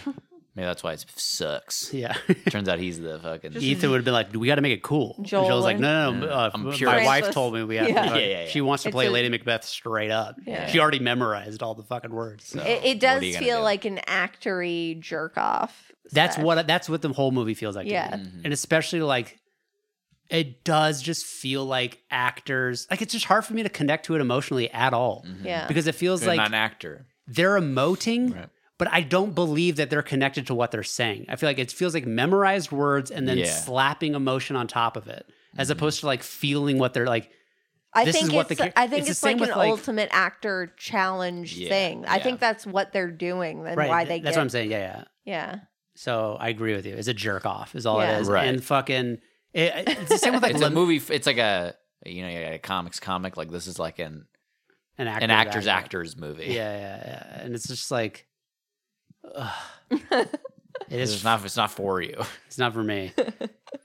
maybe that's why it sucks. Yeah. Turns out he's the fucking Ethan would have been like, "We got to make it cool." And Joel Joel's like, and- "No, no, no. Mm, uh, I'm my curious. Oh, wife Francis. told me we have Yeah. to. fuck- Yeah, yeah, yeah. She wants to It's play a- Lady Macbeth straight up. Yeah. She already memorized all the fucking words. So, it, it what are does you gonna feel do? like an actory jerk off. That's set. what. That's what the whole movie feels like. to me. Yeah. Mhm. Mm-hmm. and especially like, it does just feel like actors. Like it's just hard for me to connect to it emotionally at all Mhm. Yeah. because it feels They're like mm, not an actor. they're emoting. Right. But I don't believe that they're connected to what they're saying. I feel like it feels like memorized words and then Yeah. Mm-hmm. slapping emotion on top of it, as opposed to like feeling what they're like. I This think is it's what the char- I think it's it's, the same like with, an like- ultimate actor challenge Yeah, thing. I yeah. think that's what they're doing and why they That's get what I'm saying. Yeah, yeah. Yeah. So I agree with you. It's a jerk off. Is all Yeah. it is. Right. And fucking. It, it's the same with like it's a Lem- movie. f- It's like a you know you got a comics comic. Like this is like an an actor, an actor's actors movie. Yeah, yeah, yeah. And it's just like, ugh. it It's, is. It's not. not. It's not for you. It's not for me.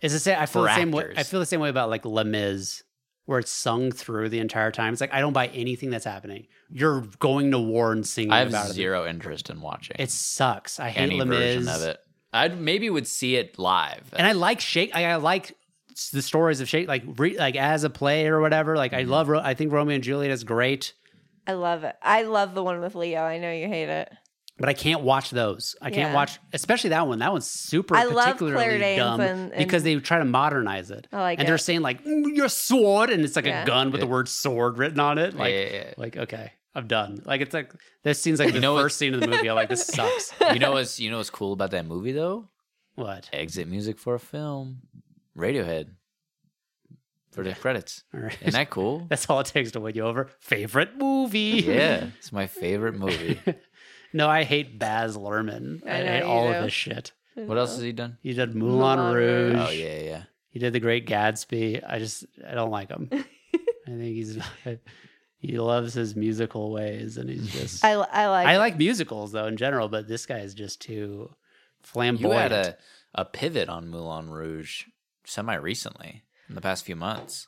It's the same. I feel For the same way. actors. I feel the same way about like Les Mis, where it's sung through the entire time. It's like I don't buy anything that's happening. You're going to war and singing I have about zero interest in watching. it. It sucks. I hate any Les Mis. version of it. I maybe would see it live. and I like Shake. I, I like s- the stories of Shake, like re, like as a play or whatever. Like Mm-hmm. I love. Ro- I think Romeo and Juliet is great, I love it. I love the one with Leo. I know you hate it. but I can't watch those. I can't Yeah. watch, especially that one. That one's super I love Claire particularly Danes dumb and- because and- they try to modernize it. I like and it. they're saying like "Mm, your sword, and it's like Yeah. a gun with the word sword written on it. Like, Yeah, yeah, like okay, I'm done. Like it's like this seems like the know what- first scene of the movie. I'm like this sucks. yeah. you know what's you know what's cool about that movie though? What? Exit music for a film, Radiohead, for the credits. All Isn't right. that cool? That's all it takes to win you over. Favorite movie. yeah, it's my favorite movie. No, I hate Baz Luhrmann. I, I know hate you all of do. this shit. What else has he done? He did Moulin, Moulin Rouge. Rouge. Oh yeah, yeah. He did The Great Gatsby. I just I don't like him. I think he's he loves his musical ways, and he's just I, I, I like it. like musicals though in general, but this guy is just too You had flamboyant. a a pivot on Moulin Rouge semi recently in the past few months.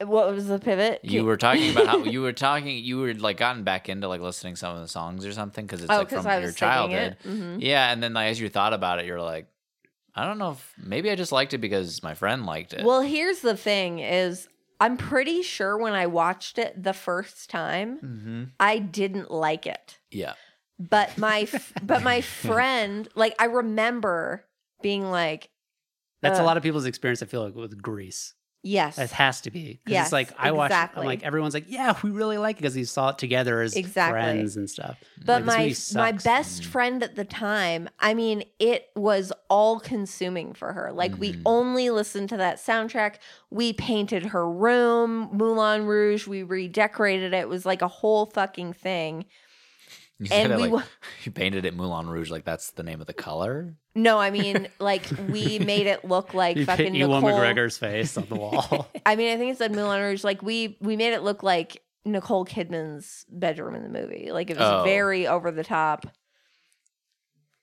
What was the pivot? You were talking about how you were talking you were like gotten back into like listening to some of the songs or something because it's oh, like because from I your was thinking childhood. it. Mhm. Yeah, and then like, as you thought about it, you're like, I don't know if maybe I just liked it because my friend liked it. Well, here's the thing: is I'm pretty sure when I watched it the first time, mm-hmm. I didn't like it, yeah, but my f- but my friend, like, I remember being like, That's a uh, lot of people's experience. I feel like with Grease, yes, it has to be. 'Cause Yes, it's like I watched. I'm exactly. like everyone's like, yeah, we really like it because we saw it together as Exactly. friends and stuff. But Like, my this movie my sucks. Mm. best Mhm. friend at the time, I mean, it was all consuming for her. Like we Mm. Mhm. only listened to that soundtrack. We painted her room, Moulin Rouge. We redecorated it. It was like a whole fucking thing. you And said it we like, wa- you painted it Moulin Rouge like that's the name of the color. No, I mean, like we made it look like you fucking put Ewan Nicole. McGregor's face on the wall. I mean, I think it said Moulin Rouge. Like we we made it look like Nicole Kidman's bedroom in the movie. Like it was Oh. very over the top.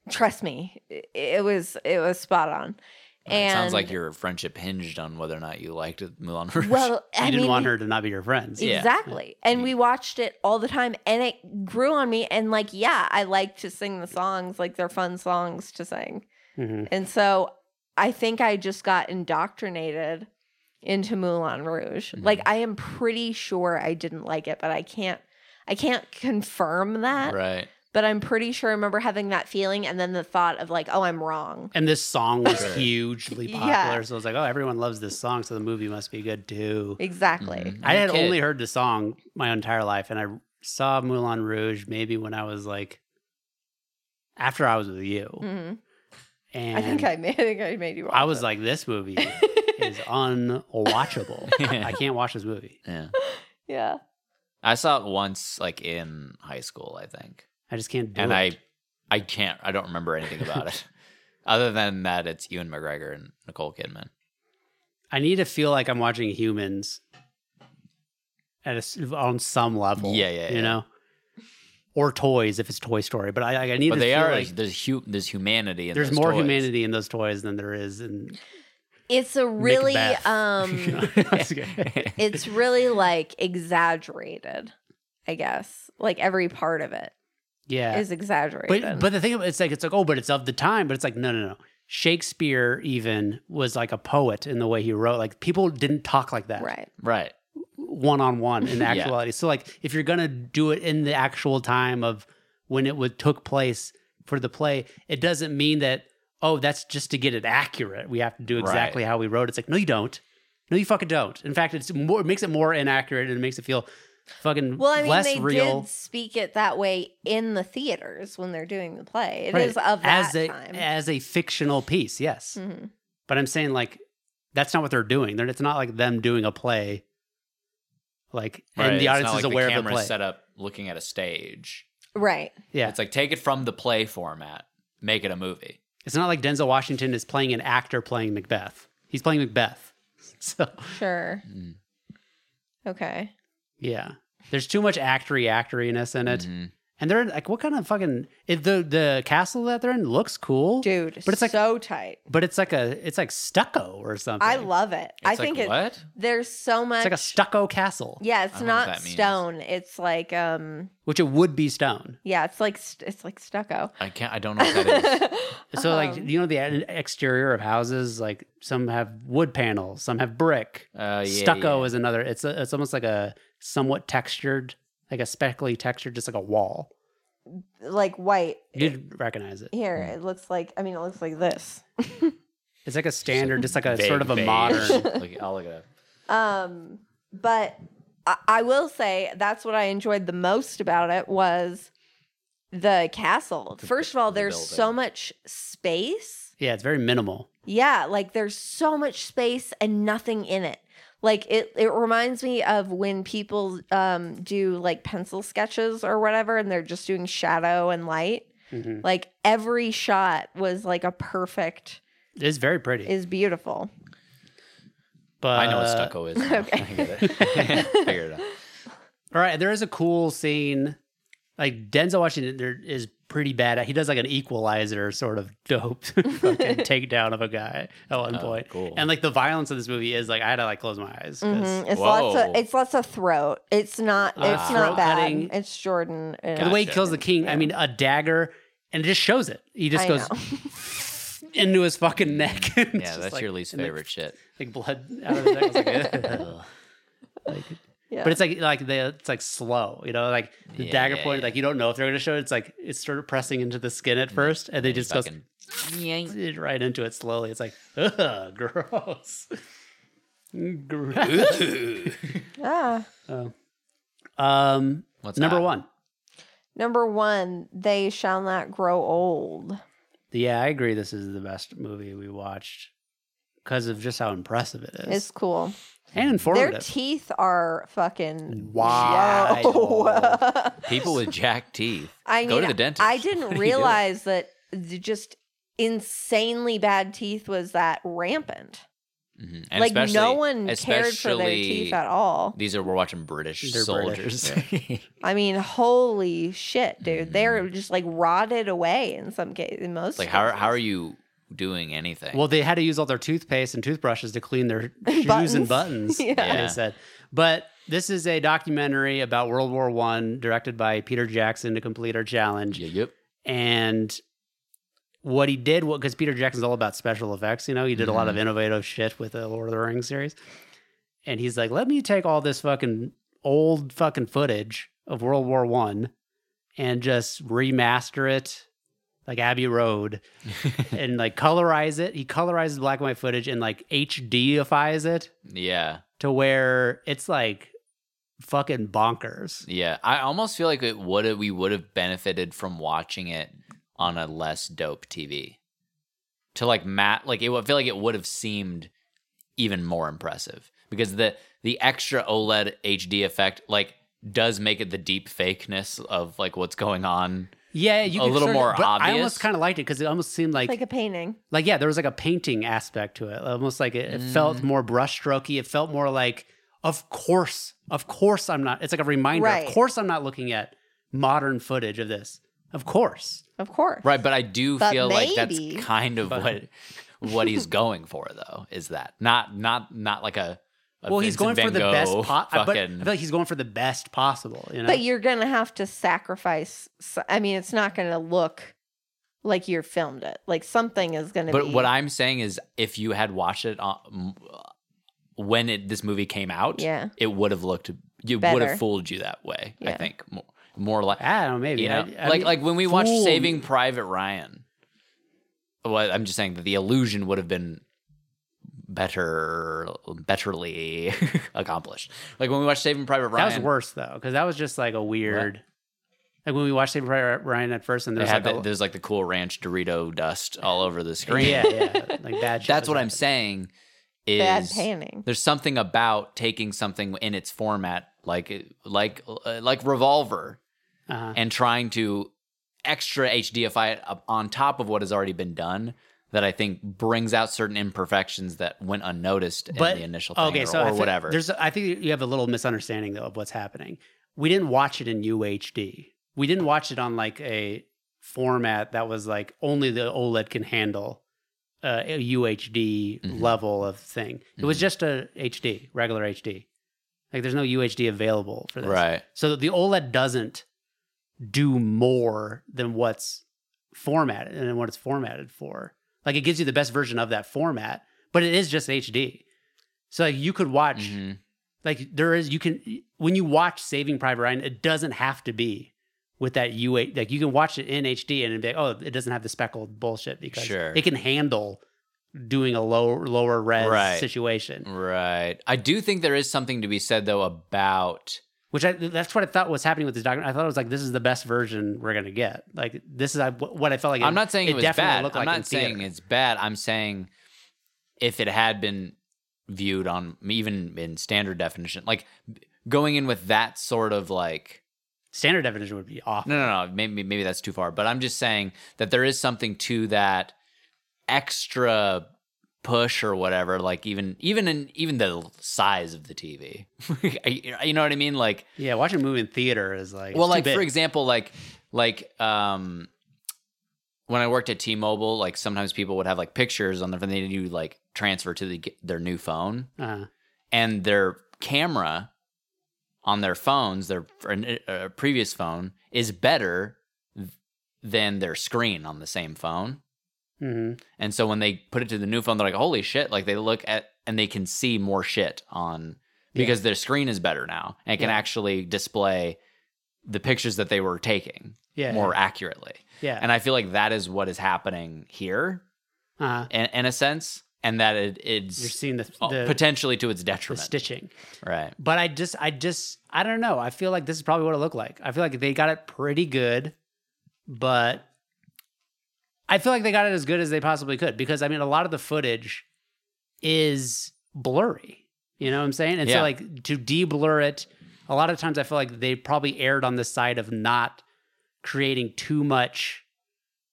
Trust me, it, it was it was spot on. it and sounds like your friendship hinged on whether or not you liked Moulin Rouge. well, You I didn't mean, e want her to not be your friends. Yeah. Exactly. And we watched it all the time and it grew on me. And like, yeah, I like to sing the songs. Like they're fun songs to sing. Mhm. And so I think I just got indoctrinated into Moulin Rouge. Mm-hmm. Like I am pretty sure I didn't like it, but I can't I can't confirm that. right. But I'm pretty sure I remember having that feeling and then the thought of like, oh, I'm wrong. And this song was Sure. hugely Yeah. popular. So I was like, oh, everyone loves this song. So the movie must be good too. Exactly. Mhm. I had Kid. only heard the song my entire life. And I saw Moulin Rouge maybe when I was like, after I was with you. Mhm. Mm-hmm. And I think I made I think I made you I watch was it. like, this movie is unwatchable. I can't watch this movie. Yeah. Yeah. I saw it once, like in high school, I think, I just can't do and it. I, I can't. I don't remember anything about it, other than that it's Ewan McGregor and Nicole Kidman. I need to feel like I'm watching humans at a s on some level. Yeah, yeah, You yeah. know, or toys if it's Toy Story. But I, I need But to they feel are like there's hu- there's humanity. In there's those more toys. humanity in those toys than there is in It's a really Macbeth. um it's really like exaggerated i guess like every part of it yeah. is exaggerated but but the thing about it's like it's like oh, but it's of the time. But it's like no no no. Shakespeare even was like a poet in the way he wrote. Like people didn't talk like that. right right. one on one in Yeah. actuality. So like if you're gonna do it in the actual time of when it would took place for the play, it doesn't mean that oh that's just to get it accurate. We have to do Right. exactly how we wrote. it. It's like no you don't. No you fucking don't. In fact, it's more it makes it more inaccurate and it makes it feel fucking well i mean Mm-hmm. less they real. did speak it that way in the theaters when they're doing the play It is Right. of that as a time as a fictional piece, yes. Mhm. But I'm saying like that's not what they're doing. They're, it's not like them doing a play. Like right. and It's the not audience like is aware of the camera's play. set up looking at a stage. right Yeah, It's like take it from the play format, make it a movie. It's not like Denzel Washington is playing an actor playing Macbeth. He's playing Macbeth. So sure Mm. okay yeah, there's too much actory actoriness in it, Mhm. and they're in, like, what kind of fucking if the the castle that they're in looks cool, dude But it's like- so tight but it's like a it's like stucco or something. i love it It's i think like, it what? there's so much it's like a stucco castle, yeah it's I don't know what not that means. stone it's like um which it would be stone. yeah it's like st- it's like stucco I can't. I don't know what that is. So like Um, you know the e- exterior of houses, like some have wood panels, some have brick. Uh, yeah, stucco yeah. is another. It's a, it's almost like a somewhat textured, like a speckly textured, just like a wall. like white You Mm. did recognize it. Here, it looks like I mean, it looks like this. It's like a standard, just like a Vague sort of a beige. modern. Look, I'll look it up. Um, but I, I will say that's what I enjoyed the most about it was the castle. First of all, the there's so building. much space. Yeah, it's very minimal. Yeah, like there's so much space and nothing in it. Like it it reminds me of when people um do like pencil sketches or whatever and they're just doing shadow and light. Mm-hmm. Mhm. Like every shot was like a perfect It's very pretty. is beautiful. but I know what stucco is. now. I get it. Figured it out. All right, there is a cool scene. Like Denzel Washington there is pretty bad. at- He does like an equalizer sort of dope fucking takedown of a guy at one Oh, point. cool. And like the violence of this movie is like I had to like close my eyes. 'cause- Mhm. It's lots of Whoa. it's lots of throat. It's not it's Ah. Throat not bad. cutting. It's Jordan. and- The way he Gotcha. kills the king, I mean a dagger, and it just shows it. He just I goes know. into his fucking neck. and it's Yeah, just, that's like- your least and, like, favorite shit. Like blood out of his neck. I was like, "Ugh." Yeah. But it's like like the it's like slow, you know, like the Yeah, dagger yeah, point, yeah. like you don't know if they're gonna show it. It's like it's sort of pressing into the skin at first, and they just goes Fucking- right into it slowly. It's like, ugh, gross. Gross. ah. um What's number that? one. Number one, they shall not grow old. Yeah, I agree this is the best movie we watched because of just how impressive it is. It's cool. and Their informative. teeth are fucking Wide Whoa. People with jacked teeth. I mean, Go to the dentist. I What didn't are you realize that the just insanely bad teeth was that rampant. Mm-hmm. And like no especially- one cared for their teeth especially- at all. These are we're watching British They're British, soldiers. I mean, holy shit, dude! They're just like rotted away in some cases. In most, Mm. like how are- how are you doing anything? Well, they had to use all their toothpaste and toothbrushes to clean their shoes and Buttons. buttons. Yeah. Yeah. They said. But this is a documentary about World War One, directed by Peter Jackson to complete our challenge. Yeah, yep. And what he did, what because Peter Jackson's all about special effects, you know, he did a lot Mm-hmm. of innovative shit with the Lord of the Rings series. And he's like, let me take all this fucking old fucking footage of World War One and just remaster it like Abbey Road and like colorize it. He colorizes black and white footage and like HDifies it Yeah, to where it's like fucking bonkers. yeah. I almost feel like it would we would have benefited from watching it on a less dope TV. To like Matt, like it would I feel like it would have seemed even more impressive because the the extra E OLED HD effect like does make it the deep fakeness of like what's going on. Yeah, you A could little sort of- more but I obvious. almost kind of liked it because it almost seemed like like a painting. like yeah, there was like a painting aspect to it. Almost like it, it Mm. felt more brushstrokey. It felt more like, of course, of course, I'm not. It's like a reminder. Right. Of course, I'm not looking at modern footage of this. Of course, Of course, Right, but I do But feel like maybe- that's kind of what what he's going for though, is that not not not like a, a well, he's going Vincent for the Van best. Gogh Po- I- but I fucking feel like he's going for the best possible. You know, But you're gonna have to sacrifice. s- I mean, it's not gonna look like you filmed it. Like something is gonna. But be, what I'm saying is, if you had watched it on, m- when it, this movie came out, Yeah. it would have looked, it would Better. have fooled you that way. I Yeah. think more, more like, I don't know, maybe you I- know, I like mean, like when we watched fool me. Saving Private Ryan. Well, I'm just saying that the illusion would have been better, betterly accomplished. Like when we watched Saving Private Ryan, That was worse though, because that was just like a weird. Like when we watched Saving Private Ryan at first, and They there's had like that, a, there's like the cool ranch Dorito dust all over the screen. yeah, yeah, like bad. shit that's was what I'm happening. saying. Is bad painting. there's something about taking something in its format like like uh, like revolver Uh-huh. and trying to extra hdify it up on top of what has already been done that i think brings out certain imperfections that went unnoticed in the initial thing or, I or think whatever There's, I think you have a little misunderstanding though of what's happening. We didn't watch it in UHD. We didn't watch it on like a format that was like only the OLED can handle uh, a UHD Mhm. level of thing. It was Mhm. just a HD, regular HD. Like there's no UHD available for this. right So the OLED doesn't do more than what's formatted and what it's formatted for. Like it gives you the best version of that format, but it is just HD. So like you could watch Mhm. like there is you can when you watch Saving Private Ryan, it doesn't have to be with that U eight like you can watch it in HD and it'd be like, oh, it doesn't have the speckled bullshit because Sure. it can handle doing a lower lower res Right. situation. right i do think there is something to be said though about which I that's what I thought was happening with this document. I thought it was like this is the best version we're gonna get. Like this is I- what I felt like. it- i'm not saying it, was definitely bad i'm looked like in not saying theater. it's bad i'm saying if it had been viewed on even in standard definition like going in with that sort of like standard definition would be off. No, no, no. Maybe maybe that's too far, but I'm just saying that there is something to that extra push or whatever. Like even even in even the size of the TV, you know what I mean? Like Yeah, watching a movie in theater is like it's well, too like big. for example, like like um, when I worked at T-Mobile, like sometimes people would have like pictures on their phone. They didn't do like transfer to the, their new phone, Uh-huh. and their camera on their phones, their uh, previous phone, is better th- than their screen on the same phone. Mhm. And so when they put it to the new phone, they're like, "Holy shit!" Like they look at and they can see more shit on because their screen is better now and it can Yeah. actually display the pictures that they were taking yeah, more accurately. yeah, And I feel like that is what is happening here, uh-huh. in, in a sense, and that it, you're it's seeing the uh, the, potentially to its the detriment. stitching. right. But I just, I just, I don't know. I feel like this is probably what it looked like. I feel like they got it pretty good, but I feel like they got it as good as they possibly could because I mean, a lot of the footage is blurry. You know what I'm saying? And Yeah. so, like, to de blur it, a lot of times I feel like they probably erred on the side of not creating too much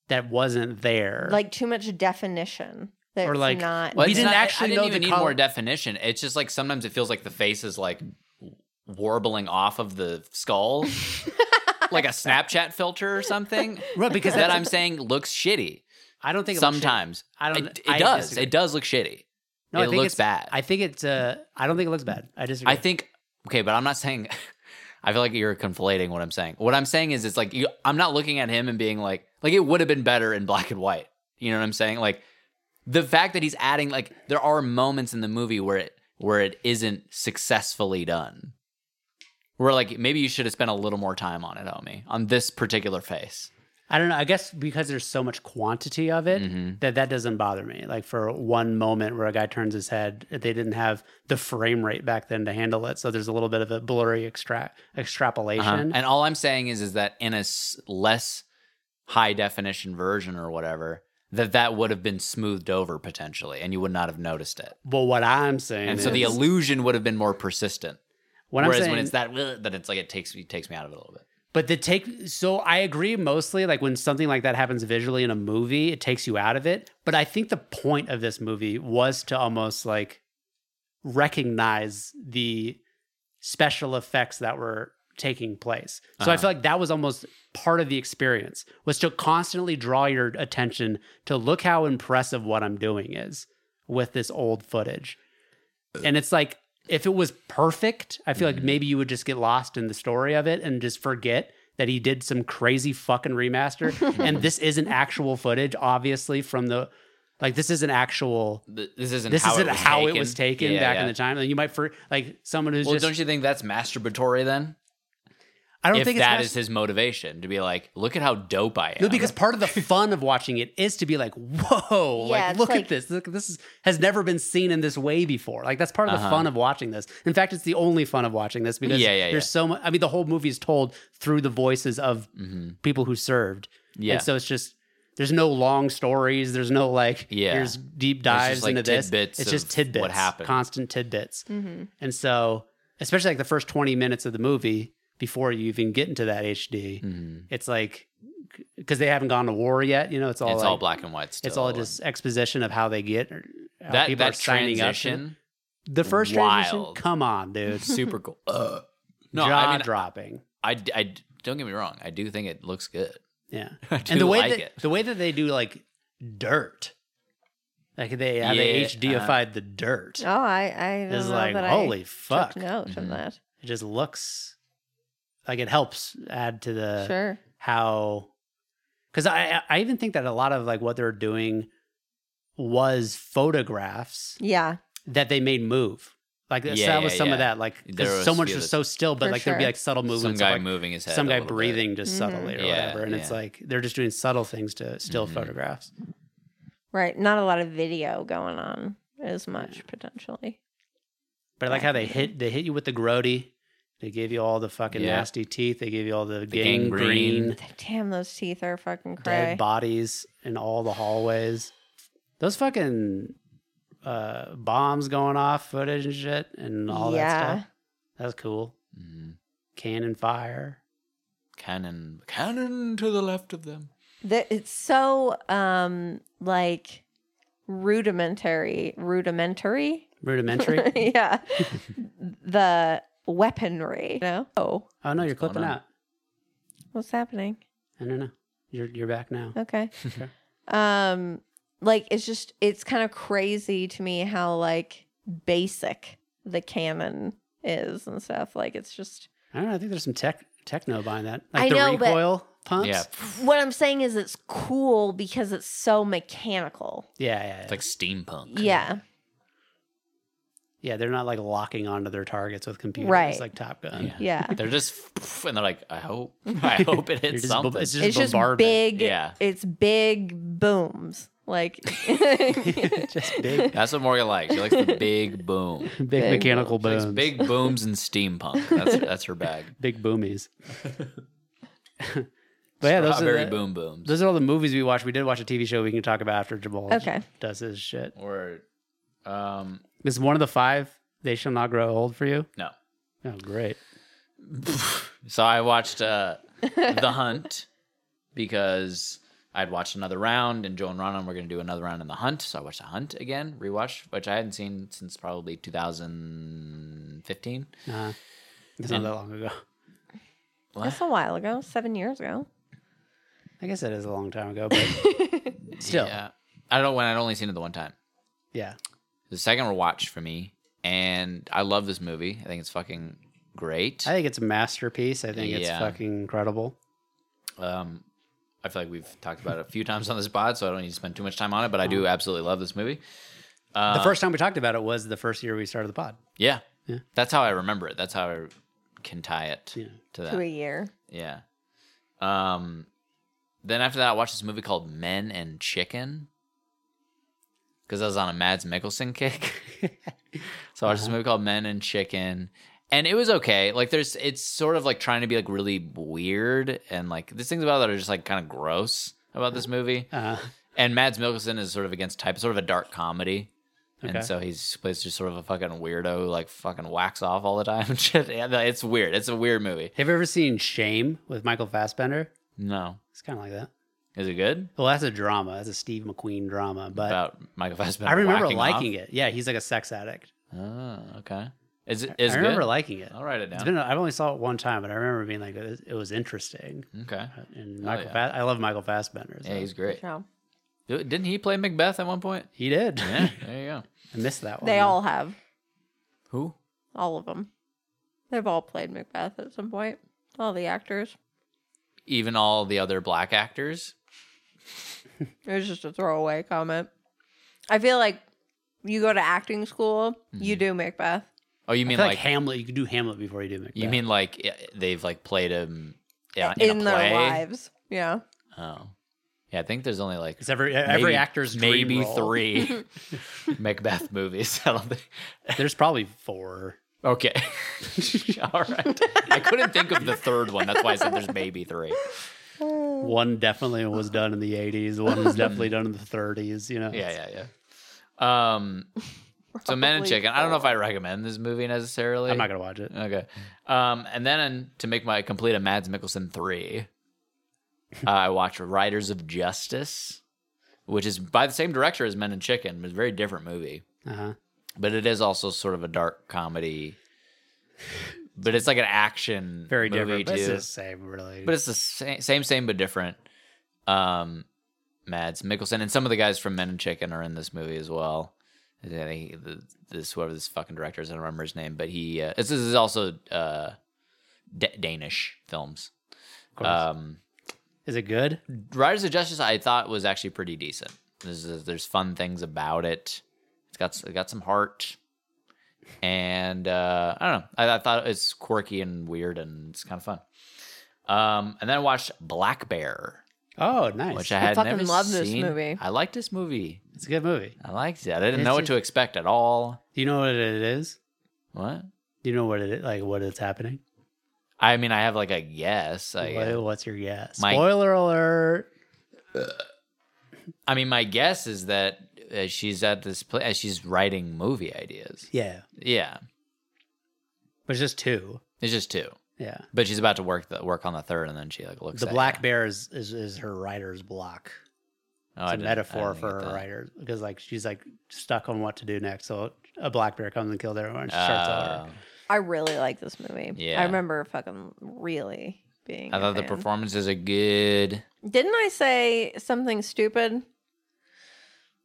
that wasn't there. Like too much definition. That's Or, like, not. Well, But We it's didn't not- actually I didn't know even the need color- more definition. It's just like sometimes it feels like the face is like warbling off of the skull, like a Snapchat filter or something. Right, because that that's- I'm saying looks shitty. I don't think it looks shitty. Sometimes I don't- It, it I does. disagree. It does look shitty. No, I it think looks it's- bad. I think it's. Uh, I don't think it looks bad. I disagree. I think okay, but I'm not saying. I feel like you're conflating what I'm saying. What I'm saying is, it's like you, I'm not looking at him and being like, like it would have been better in black and white. You know what I'm saying? Like the fact that he's adding, like there are moments in the movie where it where it isn't successfully done. Where like maybe you should have spent a little more time on it, homie, on this particular face. I don't know. I guess because there's so much quantity of it Mm-hmm. that that doesn't bother me. Like for one moment where a guy turns his head, they didn't have the frame rate back then to handle it. So there's a little bit of a blurry extra extrapolation. Uh-huh. And all I'm saying is, is that in a s- less high definition version or whatever, that that would have been smoothed over potentially, and you would not have noticed it. well, what I'm saying, And is, so the illusion would have been more persistent. what I'm Whereas saying, when it's that, "Ugh," then it's like it takes it takes me out of it a little bit. But the take, so I agree mostly like when something like that happens visually in a movie, it takes you out of it. But I think the point of this movie was to almost like recognize the special effects that were taking place. So I Uh-huh. feel like that was almost part of the experience was to constantly draw your attention to look how impressive what I'm doing is with this old footage. And it's like if it was perfect, I feel like maybe you would just get lost in the story of it and just forget that he did some crazy fucking remaster and this isn't actual footage obviously from the like this isn't actual Th- This isn't this how isn't it was how taken. it was taken Yeah, back yeah. in the time. Like you might for like someone who's Well, just don't you think that's masturbatory then? I don't if think it's that mas- is his motivation to be like, look at how dope I am. No, because part of the fun of watching it is to be like, whoa, Yeah, like it's look like- at this. Look, this is, has never been seen in this way before. Like that's part of the Uh-huh. fun of watching this. In fact, it's the only fun of watching this because Yeah, yeah, there's yeah. so much. I mean, the whole movie is told through the voices of Mhm. people who served. yeah, And so it's just there's no long stories. There's no like Yeah. here's deep just, dives like, into this. tidbits it's of just tidbits. what happened. Constant tidbits. Mhm. And so especially like the first 20 minutes of the movie before you even get into that HD, Mhm. it's like because they haven't gone to war yet. You know, it's all it's like- all black and white. Still. It's all just exposition of how they get or how that people that are signing up. to it. transition. The first transition, wild. come on, dude, super cool. Uh, no, jaw I mean, dropping. I, d- I d- don't get me wrong. I do think it looks good. Yeah, I do and the way like that it. the way that they do like dirt, like they how they Yeah, HDified the dirt Oh, I I don't is know like that holy I took fuck. note of Mhm. that. It just looks like it helps add to the sure. how because I I even think that a lot of like what they're doing was photographs Yeah. that they made move. Like Yeah, so that was yeah, some of yeah. that. Like 'cause There was so much few was that- so still, but For like there'd be sure. like subtle some movements. of, guy like, moving his head. some a guy little bit. breathing just Mhm. subtly or Yeah, whatever. And it's yeah. like they're just doing subtle things to still Mhm. photographs. Right. Not a lot of video going on as much potentially. But I like how they hit they hit you with the grody. They gave you all the fucking Yeah. nasty teeth. They gave you all the, gangrene. gangrene, Damn, those teeth are fucking cray. dead bodies in all the hallways. Those fucking uh, bombs going off, footage and shit, and all that Yeah. stuff. That's cool. Mhm. Cannon fire. Cannon, cannon to the left of them. That it's so um like rudimentary, rudimentary. Rudimentary. yeah. the weaponry. No. Oh, Oh no, you're clipping going on? out. what's happening? I don't know. You're you're back now. Okay. Okay. um like it's just it's kind of crazy to me how like basic the canon is and stuff. Like it's just I don't know. I think there's some tech techno behind that. Like I the know, but- recoil pumps. Yeah, what I'm saying is it's cool because it's so mechanical. Yeah, yeah, yeah. it's like steampunk. Yeah. yeah, they're not like locking onto their targets with computers Right. like Top Gun. Yeah. Yeah. They're just and they're like, I hope, I hope it You're hits just something. bu- it's just it's just bombardment. big Yeah. it's big booms like Just big- That's what Morgan likes. She likes the big boom. Big, mechanical She likes booms. Big, big booms and steampunk. That's that's her bag. big boomies. but yeah, those Strawberry are the, boom booms. Those are all the movies we watched. We did watch a TV show we can talk about after Jabal Okay. does his shit. or um, This is one of the five. They shall not grow old for you. no. Oh, great. So I watched uh, The Hunt because I'd watched another round, and Joe and Ronan were going to do another round in The Hunt. So I watched The Hunt again, rewatched, which I hadn't seen since probably 2015. Uh, It's not that long ago. That's a while ago, seven years ago. I guess that is a long time ago, but still, yeah. Yeah. I don't know when I'd only seen it the one time. The second rewatch for me, and I love this movie. I think it's fucking great. I think it's a masterpiece. I think it's Yeah. fucking incredible. Um, I feel like we've talked about it a few times on this pod, so I don't need to spend too much time on it. But I do absolutely love this movie. Mm. Uh, the first time we talked about it was the first year we started the pod. Yeah, that's how I remember it. That's how I can tie it to that. To a year. Yeah. Um, then after that, I watched this movie called Men and Chicken because I was on a Mads Mikkelsen kick. so I watched this movie called Men and Chicken, and it was okay. Like, there's it's sort of like trying to be like really weird and like there's things about it that are just like kind of gross about this movie. Uh, And Mads Mikkelsen is sort of against type, sort of a dark comedy. Okay. And so he's plays just sort of a fucking weirdo, who, like fucking whacks off all the time and shit. Yeah, it's weird. It's a weird movie. have you ever seen Shame with Michael Fassbender? No, It's kind of like that. is it good? Well, that's a drama. That's a Steve McQueen drama, but about Michael Fassbender. I remember liking it. Yeah, he's like a sex addict. Oh, okay. Is it? Is I remember good? liking it. I'll write it It's down. been. I've only saw it one time, but I remember being like, it it was interesting. okay. And Michael, Oh, yeah. Fa- I love Michael Fassbender. so- Yeah, he's great. So D- Didn't he play Macbeth at one point? he did. Yeah. There you go. I missed that one. they all have, Who? all of them. They've all played Macbeth at some point. All the actors. Even all the other black actors. It was just a throwaway comment. I feel like you go to acting school, Mm-hmm. you do Macbeth. Oh, you I mean feel like, like, Hamlet. You could do Hamlet before you do Macbeth. you mean like i- they've like played him yeah, in, in, a their play? lives. Yeah. Oh, yeah. I think there's only like it's every e, every maybe- actor's dream maybe role. three Macbeth movies. I don't think. There's probably four. Okay. All right. I couldn't think of the third one. That's why I said there's maybe three. One definitely was done in the 80s. One was definitely done in the 30s. You know. Uh-huh. Yeah, yeah, yeah. Um, so Men and Probably Chicken. I don't know if I recommend this movie necessarily. I'm not gonna watch it. Okay. Um, and then to make my complete a Mads Mikkelsen three, uh, I watched Riders of Justice, which is by the same director as Men and Chicken, but it's a very different movie. Uh-huh. But it is also sort of a dark comedy. But it's like an action Very movie different. But it's too the same, really. but it's the same, same, same but different. Um, Mads Mikkelsen and some of the guys from Men and Chicken are in this movie as well. I think he- the- This whoever this fucking director is, I don't remember his name, but he uh, this is also uh, D- Danish films. course. Um, is it good? Riders of Justice, I thought was actually pretty decent. There's there's fun things about it. It's got it got some heart, and uh, I don't know. I, I thought it's quirky and weird, and it's kind of fun. Um, and then I watched Black Bear, Oh, nice. which I had fucking never love this seen. movie. I liked this movie. it's a good movie. I liked it. I didn't It's know what just- to expect at all. Do you know what it is? What? Do you know what it like? What it's happening? I mean, I have like a guess. I, What- What's your guess? My- Spoiler alert. I mean, my guess is that uh, she's at this place. She's writing movie ideas. Yeah, Yeah, but it's just two. it's just two. Yeah. But she's about to work the work on the third, and then she like looks. The at black you. bear is, is is her writer's block. Oh, It's I a didn't- I metaphor didn't for get her that. writer because like she's like stuck on what to do next. So a black bear comes and kills everyone. And she starts Uh, over. I really like this movie. Yeah. I remember fucking really being. I a thought the fan. performances are good. Didn't I say something stupid?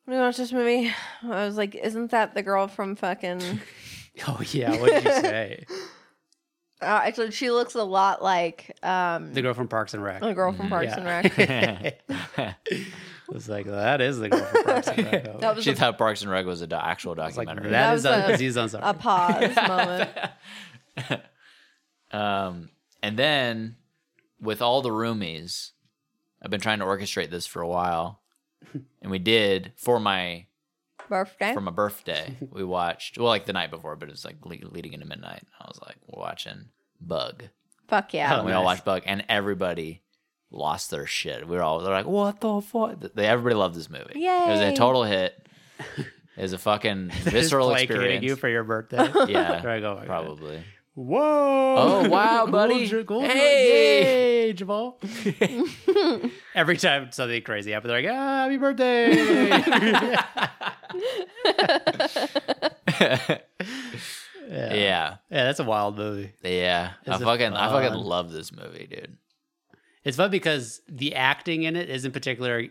When we watched this movie, I was like, "Isn't that the girl from fucking?" Oh yeah, what did you say? uh, actually, she looks a lot like um, the the, girl from Parks and Rec. girl from Parks and Yeah. Rec. It was like that is the girl from Parks and Rec. though. That was she a, thought Parks and Rec was a do- actual It's like documentary. that was is a- Aziz Ansari. a pause moment. um, and then with all the roomies, I've been trying to orchestrate this for a while, and we did for my Birthday. for my birthday. We watched well, like the night before, but it was like le- leading into midnight. I was like watching Bug. Fuck yeah. and we all nice. watched Bug, and everybody lost their shit. We were all they're like, "What the fuck?" They, everybody loved this movie. It was a Yay. total hit. It was a fucking Just visceral placating experience. you for your birthday. yeah, There I go. probably. Whoa! Oh, wow, Cool buddy. Ju- cool Ju- Hey. Yay, Jamal! Every time something crazy happens, they're like, ah, "Happy birthday!" yeah, yeah, that's a wild movie. yeah. I Is it fucking I fucking fun? love this movie, dude. It's fun because the acting in it isn't particularly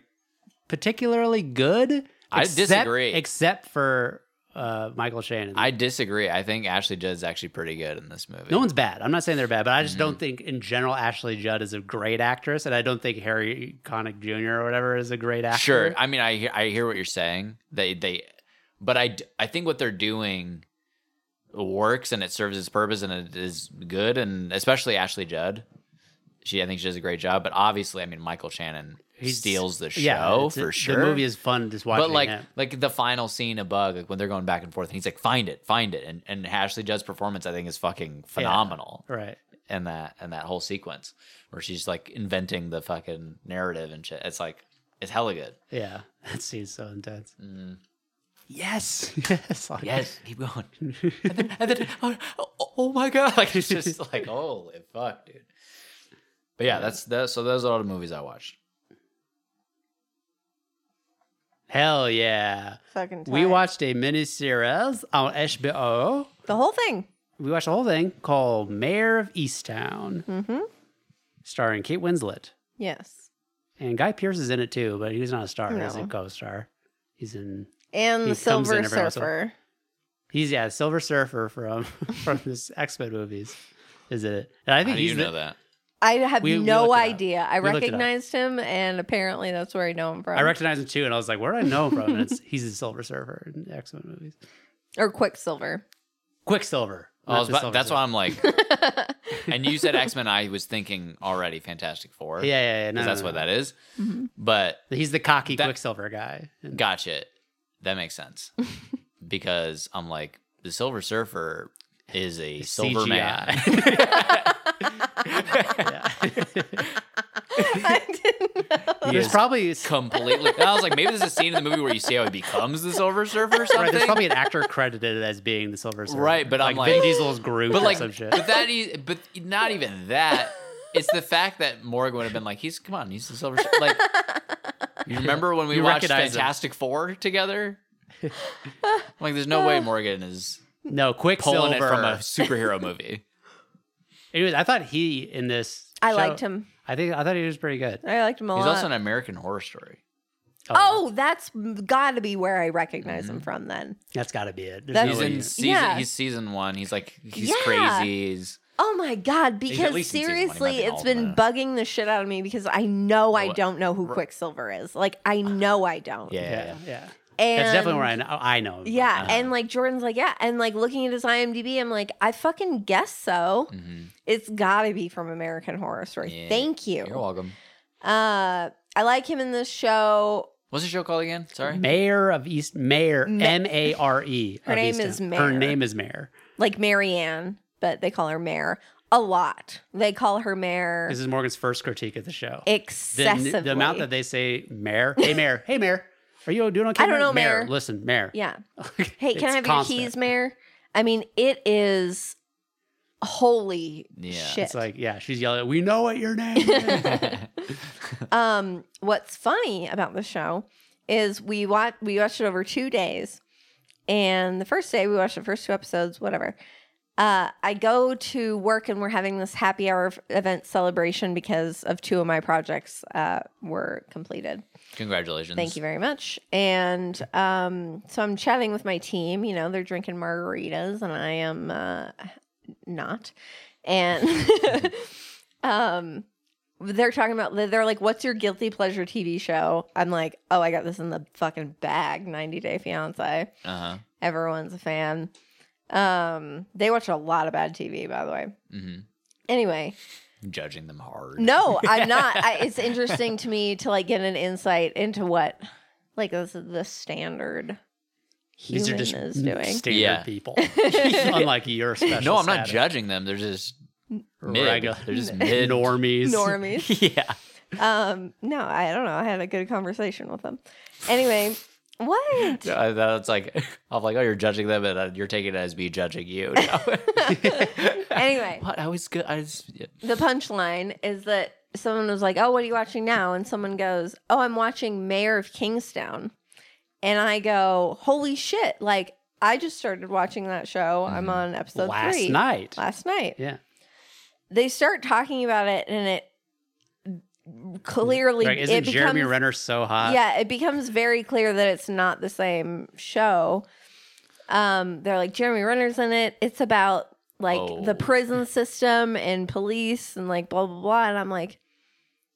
particularly good. I except- disagree. except for uh, Michael Shannon. I disagree. I think Ashley Judd's actually pretty good in this movie. no one's bad. I'm not saying they're bad, but I just Mm-hmm. don't think in general Ashley Judd is a great actress, and I don't think Harry Connick Jr. or whatever is a great actor. sure. I mean, I hear, I hear what you're saying. They they, but I d- I think what they're doing works and it serves its purpose and it is good and especially Ashley Judd. She I think she does a great job, but obviously I mean Michael Shannon He's- steals the show it's- for it- sure. The movie is fun just watching. but like him. like the final scene of Bug, like when they're going back and forth, and he's like, "Find it, find it," and and Ashley Judd's performance, I think, is fucking phenomenal. right. And that and that whole sequence where she's like inventing the fucking narrative and shit, it's like it's hella good. Mm. Yeah, that scene's so intense. Yes, yes, like- Yes, keep going. and then, and then oh, oh, oh my god, like it's just like holy fuck, dude. But yeah, that's that. So those are all the movies I watched. hell yeah. Fucking We tired. watched a miniseries on HBO. the whole thing. We watched the whole thing called Mayor of Easttown, mm-hmm. starring Kate Winslet Yes. and Guy Pearce is in it too, but he's not a star. He's a No. co-star. He's in. And the He comes in Silver every once in a while. Surfer. He's yeah, Silver Surfer from from this X Men movies, is it? And I How think do he's you the- know that? I have We- we no looked it up. idea. I We looked it up. recognized him, and apparently that's where I know him from. I recognize him too, and I was like, "Where do I know him from?" And it's, he's a Silver Surfer in X Men movies. or Quicksilver. Quicksilver. Oh, I was about- that's why I'm like. and you said X Men. I was thinking already Fantastic Four. Yeah, yeah, yeah. No, 'cause no, that's no, what no. that is. But He's the cocky That- Quicksilver guy. And- gotcha, that makes sense because I'm like the Silver Surfer is a silver man. yeah. I didn't know. He there's is probably s- completely. And I was like, maybe there's a scene in the movie where you see how he becomes the Silver Surfer or something. right, there's probably an actor credited as being the Silver Surfer. Right, but like, I'm Vin like- Diesel's Groot but or like, some shit. but that e- but not even that. It's the fact that Morgan would have been like, he's come on, he's the Silver Surfer. Like, you remember when we You watched recognize him. Fantastic Four together? I'm like, there's no way Morgan is No, pulling Quicksilver. it from a superhero movie. Anyways, I thought he in this. I show- liked him. I think I thought he was pretty good. I liked him a He's lot. also an American Horror Story. oh, that's got to be where I recognize Mm-hmm. him from. Then. that's got to be it. There's That's- He's no way in you- season. Yeah. He's season one. He's like he's Yeah. crazy. He's, Oh my god! at Because least in season one. He might seriously, be in it's all been of bugging the shit out of me because I know I What? don't know who Quicksilver is. Like I know I don't. yeah, yeah, yeah, yeah. yeah. and That's definitely where I know. I know. him from. uh, Yeah, Uh-huh. and like Jordan's like, yeah, and like looking at his IMDb, I'm like, I fucking guess so. Mm-hmm. It's gotta be from American Horror Story. Mm. Yeah. Thank you. You're welcome. Uh, I like him in this show. What's the show called again? Sorry. Mayor of East Mayor M A R E. Her of name Easttown. is Her Mayor. name is Mayor. like Marianne, but they call her Mare a lot. They call her Mare This is Morgan's first critique of the show. The, excessively. the amount that they say Mayor, hey Mayor, hey Mayor, are you doing okay? I don't know, Mayor. Mayor. Listen, Mayor. yeah. Hey, It's can I have constant. your keys, Mare? I mean, it is holy Yeah, it's shit. It's like yeah, she's yelling. We know what your name is. Um, what's funny about the show is we watch we watched it over two days, and the first day we watched the first two episodes, whatever. Uh, I go to work and we're having this happy hour f- event celebration because of two of my projects uh, were completed. Congratulations. Thank you very much. And um, so I'm chatting with my team. You know, they're drinking margaritas, and I am uh, not. And um, they're talking about they're like, "What's your guilty pleasure TV show?" I'm like, "Oh, I got this in the fucking bag. 90 Day Fiance. Uh huh. Everyone's a fan." Um, they watch a lot of bad TV, by the way. Mm-hmm. Anyway, Judging them hard. no, I'm not. I, it's interesting to me to like get an insight into what like this is the standard These human are just is doing. standard Yeah. people. Unlike your special. No, I'm not status. judging them. They're just mid. Regular- They're just mid. normies. Normies. yeah. Um, no, I don't know. I had a good conversation with them. Anyway, What? Uh, that's like I'm like, oh, you're judging them, and uh, you're taking it as me judging you. now. Anyway, what? I was good. I was the punchline is that someone was like, "Oh, what are you watching now?" and someone goes, "Oh, I'm watching Mayor of Kingstown." And I go, "Holy shit, like I just started watching that show. I'm on episode Mm. last 3 night. Last night. yeah. They start talking about it and it clearly Right. Isn't it becomes Jeremy Renner so Uh, hot? yeah, it becomes very clear that it's not the same show. Um, they're like Jeremy Renner's in it. It's about like the Oh. prison system and police and like blah blah blah. And I'm like,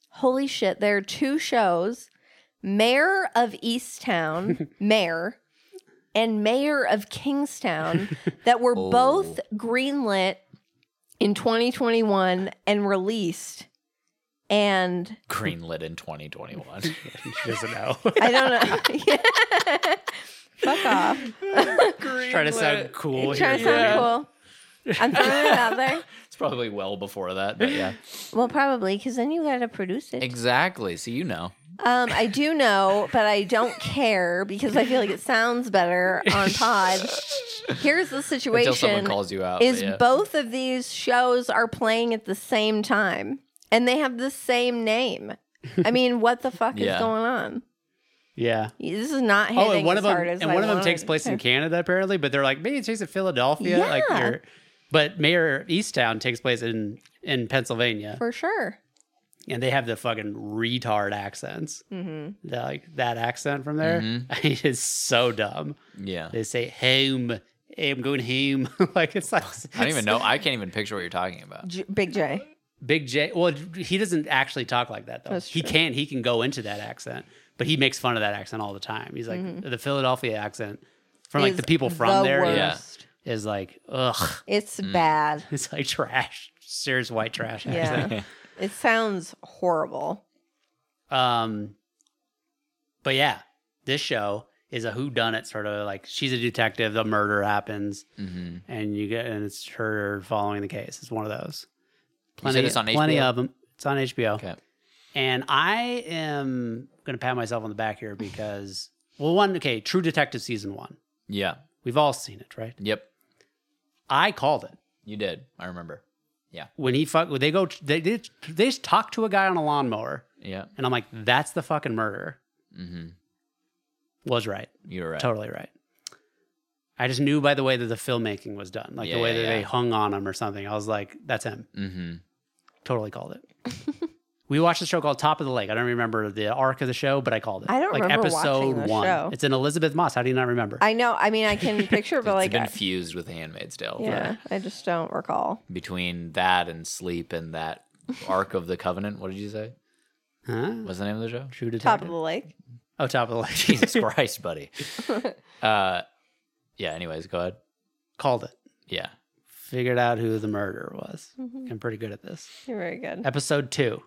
holy shit! There are two shows: Mayor of Easttown, Mayor, and Mayor of Kingstown, that were Oh. both greenlit in 2021 and released. And greenlit in 2021. She doesn't know. I don't know. Fuck off. Trying to sound cool Try here. to sound cool. I'm throwing it out there. it's probably well before that, but yeah, Well, probably because then you got to produce it. exactly. So you know, Um, I do know, but I don't care because I feel like it sounds better on pod. Here's the until someone situation: calls you out, is but yeah. both of these shows are playing at the same time, and they have the same name. I mean, what the fuck Yeah. is going on? Yeah. This is not hitting Oh, and one as of them hard as and I one of them wanted takes place to. in Canada apparently, but they're like maybe it takes place in Philadelphia, like Yeah. you're, but Mayor Easttown takes place in in Pennsylvania, for sure. and they have the fucking retard accents. Mm-hmm. They're like that accent from there, it is so dumb. Mm-hmm. yeah. They say home, hey, I'm going home. like it's like I don't even know. I can't even picture what you're talking about. J- Big J. Big J. Well, he doesn't actually talk like that though. That's He true. can he can go into that accent, but he makes fun of that accent all the time. He's like the Philadelphia accent from like Mm-hmm. is the people from the there is Yeah. worst. like ugh, It's Mm. bad. it's like trash, serious white trash accent. Yeah. it sounds horrible. Um, but yeah, this show is a who done it sort of like she's a detective, the murder happens, hmm and you get and it's her following the case. It's one of those. You Plenty, said it's on plenty HBO? of them. It's on HBO. Okay. And I am going to pat myself on the back here because, well, one, okay, True Detective season one. Yeah. We've all seen it, right? Yep. I called it You did. I remember. when he fuck. They go. They did. They just talk to a guy on a lawnmower, Yeah. and I'm like, Mm-hmm. "That's the fucking murderer." hmm Was right, You were right. totally right. I just knew by the way that the filmmaking was done, like the Yeah, way yeah, that they yeah. hung on him or something. I was like, "That's him." Mm-hmm. Totally called it. we watched a show called Top of the Lake. I don't remember the arc of the show, but I called it. I don't like remember watching episode the one. show. It's an Elizabeth Moss. How do you not remember? I know. I mean, I can picture, it, but It's like, been I- fused with Handmaid's Tale. yeah, I just don't recall. Between that and sleep and that Ark of the Covenant. What did you say? huh? What's the name of the show? True Detective. Top of the lake. oh, top of the lake. Jesus Christ, buddy. Uh, yeah. Anyways, go ahead. Called it. Yeah. Figured out who the murderer was. Mhm. I'm pretty good at this. You're very good. Episode two.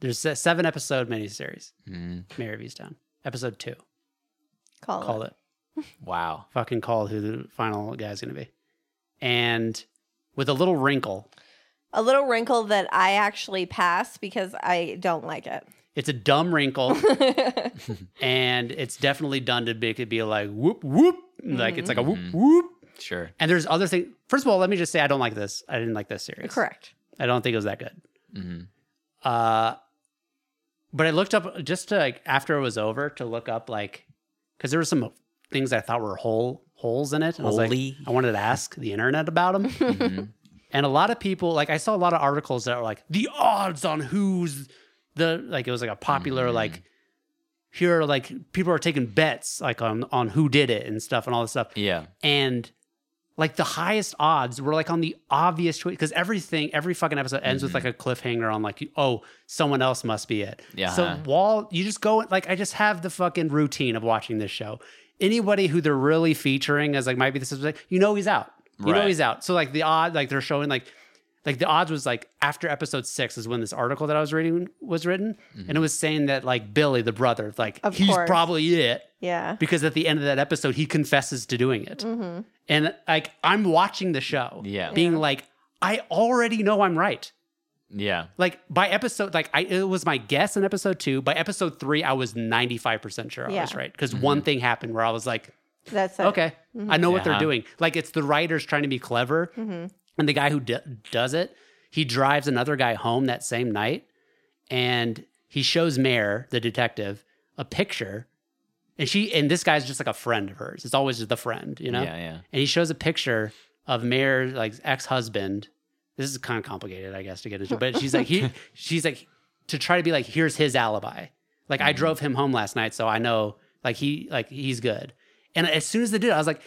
There's a seven episode miniseries. Mhm. Mayor of Easttown. Episode two. Call, Called it. it. Wow. Fucking called who the final guy's gonna be. And with a little wrinkle, A little wrinkle that I actually passed because I don't like it. it's a dumb wrinkle, and it's definitely done to make it be like whoop whoop, like it's like a whoop Mm-hmm. Mhm. whoop. Sure. And there's other things. First of all, let me just say I don't like this. I didn't like this series. Correct. I don't think it was that good. hmm Uh, but I looked up just to like after it was over to look up like because there were some things I thought were hole holes in it. And I was Holy. like, I wanted to ask the internet about them. Mm-hmm. and a lot of people like I saw a lot of articles that were like the odds on who's the like it was like a popular like here are like people are taking bets like on on who did it and stuff and all this stuff Yeah. and like the highest odds were like on the obvious choice because everything every fucking episode ends with like a cliffhanger on like oh someone else must be it Mm-hmm. Yeah. so wall you just go like i just have the fucking routine of watching this show anybody who they're really featuring as like might be the suspect you know he's out you know Right. he's out so like the odd like they're showing like like the odds was like after episode six is when this article that i was reading was written Mm-hmm. and it was saying that like billy the brother like Of he's course. probably it Yeah. Mm-hmm. because at the end of that episode he confesses to doing it and like i'm watching the show Yeah. being like i already know i'm right Yeah. Like by episode, like I it was my guess in episode two. By episode three, I was ninety five percent sure I was Yeah. right because Mm-hmm. one thing happened where I was like, That's it. okay, I know what they're Yeah. doing. Like it's the writers trying to be clever, Mm-hmm. and the guy who d- does it, he drives another guy home that same night, and he shows Mayor the detective a picture, and she and this guy's just like a friend of hers. It's always just the friend, you know Yeah. Yeah. and he shows a picture of Mayor's like ex husband. This is kind of complicated, I guess, to get into. But she's like, he, she's like, to try to be like, here's his alibi. Like Mm-hmm. I drove him home last night, so I know like he like he's good. And as soon as they did, it, I was like,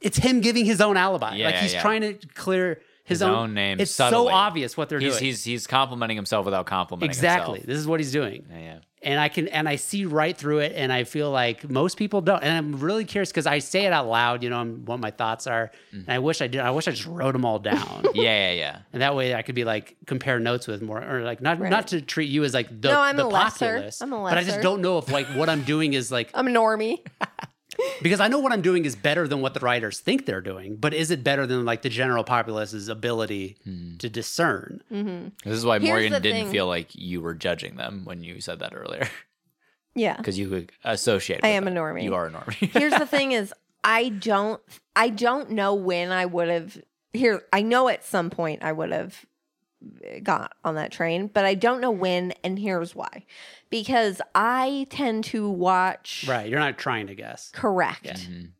it's him giving his own alibi. Yeah, like yeah, he's yeah. trying to clear his, His own name It's subtly. so obvious what they're He's, doing. he's he's complimenting himself without complimenting exactly. himself. This is what he's doing Yeah. Yeah. and I can and I see right through it, and I feel like most people don't. And I'm really curious because I say it out loud, you know, I'm- what my thoughts are, and Mm-hmm. I wish I did. I wish I just wrote them all down, Yeah. Yeah. Yeah. and that way I could be like compare notes with more, or like not Right. not to treat you as like the No, I'm the a lesser. populace, I'm a but I just lesser. don't know if like what I'm doing is like I'm a normie. because I know what I'm doing is better than what the writers think they're doing, but is it better than like the general populace's ability to discern? Mm-hmm. Mm-hmm. This is why Here's Morgan the didn't thing. feel like you were judging them when you said that earlier, Yeah. because you associate. I with am a them. normie. You are a normie. Here's the thing is I don't I don't know when I would have here I know at some point I would have got on that train, but I don't know when and here's why. Because I tend to watch Right, you're not trying to guess. correct. Mhm.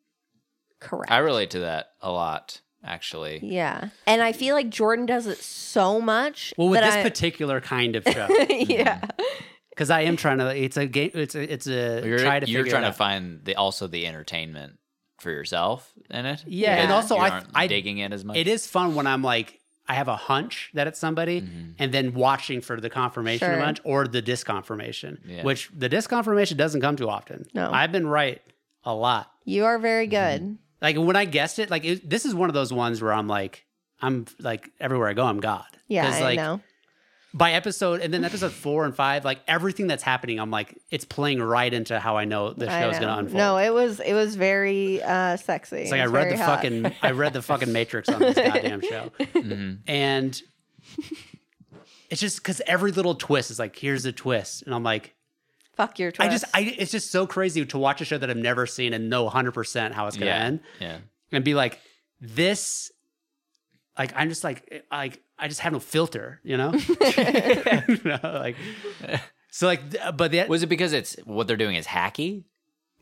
Correct. I relate to that a lot, actually. yeah. And I feel like Jordan does it so much. Well, with that this Mm-hmm. I- particular kind of show. yeah. Because I am trying to. It's a game. It's a. It's a. You're try to you're figure trying it to out. find the also the entertainment for yourself in it. Yeah, Because and also you I- aren't I- digging in as much. It is fun when I'm like I have a hunch that it's somebody, Mm-hmm. and then watching for the confirmation of Sure. hunch or the disconfirmation, Yeah. which the disconfirmation doesn't come too often. No. I've been right a lot. You are very good. Mm-hmm. Like when I guessed it, like it, this is one of those ones where I'm like, I'm like everywhere I go, I'm God. Yeah, 'Cause, I like, know. By episode, and then episode four and five, like everything that's happening, I'm like, it's playing right into how I know the I show's know. going to unfold. No, it was it was very uh sexy. It's like I read the fucking I read the fucking Matrix on this goddamn show, mm-hmm, and it's just because every little twist is like here's a twist, and I'm like fuck your twist. I just I it's just so crazy to watch a show that I've never seen and know 100 percent how it's gonna yeah, end yeah. and be like this, like I'm just like like I just have no filter, you know, You know, like so like th- but the, Was it because it's what they're doing is hacky?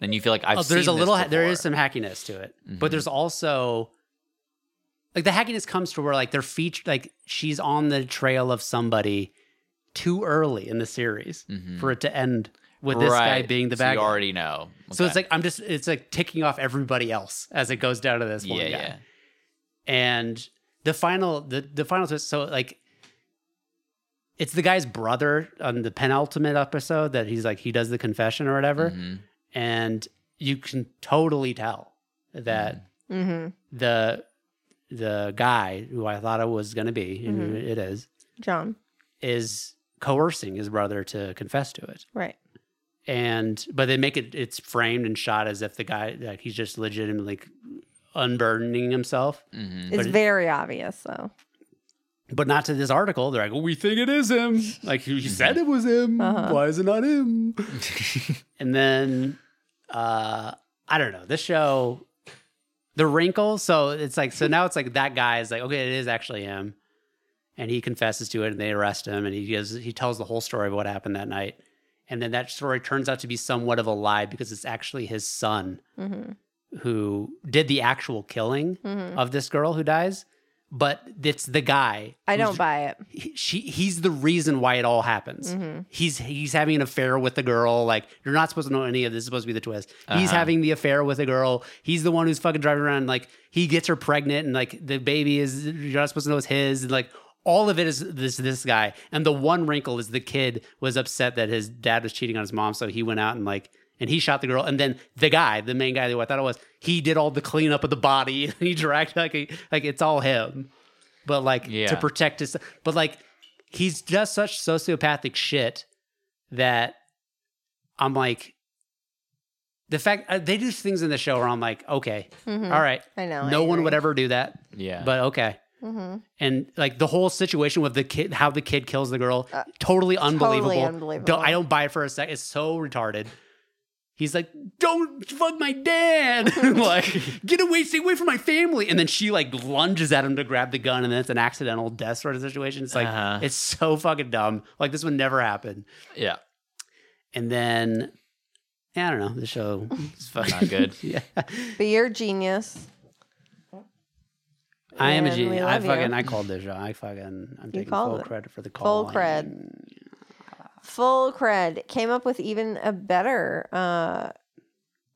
Then you feel like I've Oh, there's seen a little This ha- there is before. Mm-hmm. some hackiness to it but there's also like the hackiness comes to where like they're featured like she's on the trail of somebody too early in the series for it to end with this guy Mm. Mm-hmm. Right. being the So bad you guy already know. so it's Okay. like "Oh, i'm just it's like ticking off everybody else as it goes down to this one yeah, guy yeah. and the final the, the final twist so like it's the guy's brother on the penultimate episode that he's like he does the confession or whatever Mhm. and you can totally tell that mm-hmm. the the guy who I thought it was going to be, and who it is, John. is coercing his brother to confess to it. Right. And but they make it it's framed and shot as if the guy like he's just legitimately like, unburdening himself, Mhm. It's it- very obvious though. but not to this article. They're like, well, we think it is him. Like he he said it was him. Uh-huh. Why is it not him? and then uh I don't know. This show. The wrinkle, so it's like so now it's like that guy is like okay, it is actually him. and he confesses to it and they arrest him and he gives he tells the whole story of what happened that night and then that story turns out to be somewhat of a lie because it's actually his son Mm-hmm. who did the actual killing of this girl who dies but it's the guy I who's- don't buy it. he- she he's the reason why it all happens he's he's having an affair with the girl like you're not supposed to know any of this is supposed to be the twist he's having the affair with a girl he's the one who's fucking driving around like he gets her pregnant and like the baby is you're not supposed to know it's his and like all of it is this this guy and the one wrinkle is the kid was upset that his dad was cheating on his mom so he went out and like and he shot the girl and then the guy the main guy who i thought it was he did all the cleanup of the body and he dragged like he- like it's all him but like Yeah. to protect his but like he's just such sociopathic shit that i'm like the fact uh, they do things in the show where i'm like okay all right Mm-hmm. Hmm. I know. I agree. no one Mm-hmm. would ever do that yeah. but okay and like the whole situation with the kid, how the kid kills the girl, totally unbelievable. Uh, unbelievable. Don't- I don't buy it for a second. It's so retarded. He's like, "Don't fuck my dad!" like, get away, stay away from my family. And then she like lunges at him to grab the gun, and then it's an accidental death sort of situation. It's like Uh-huh. it's so fucking dumb. Like this would never happen. Yeah. And then, yeah, I don't know. The show is fucking Not good. yeah, But you're a genius. I am a And we genius. I love you. fucking I called this show. I fucking I'm taking called full it. credit for the call. Full cred. Full cred. Came up with even a better uh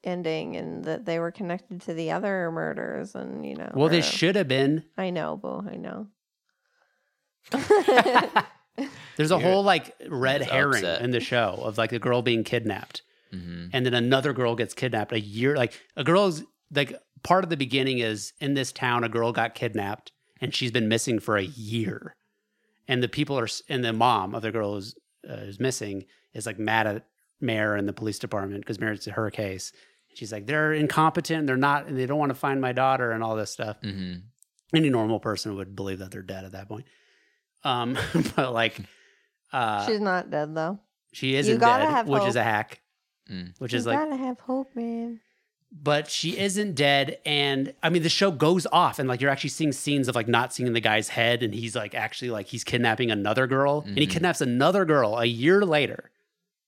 ending and that they were connected to the other murders and you know. Well, they or- should have been. I know, boo, I know. There's a whole like red That's herring upset. in the show of like the girl being kidnapped, hmm and then another girl gets kidnapped a year. Like a girl's like part of the beginning is in this town, a girl got kidnapped and she's been missing for a year, and the people are s- and the mom of the girl who's, uh, who's missing is like mad at mayor and the police department because mayor's her case. She's like they're incompetent, they're not, and they don't want to find my daughter and all this stuff. hmm any normal person would believe that they're dead at that point. Um, but like, uh, She's not dead though. she isn't gotta dead, have which is hope. a hack. Mm. Which You is like, gotta have hope, man. but she isn't dead, and I mean, the show goes off, and like you're actually seeing scenes of like not seeing the guy's head, and he's like actually like he's kidnapping another girl, and he Mhm. kidnaps another girl a year later,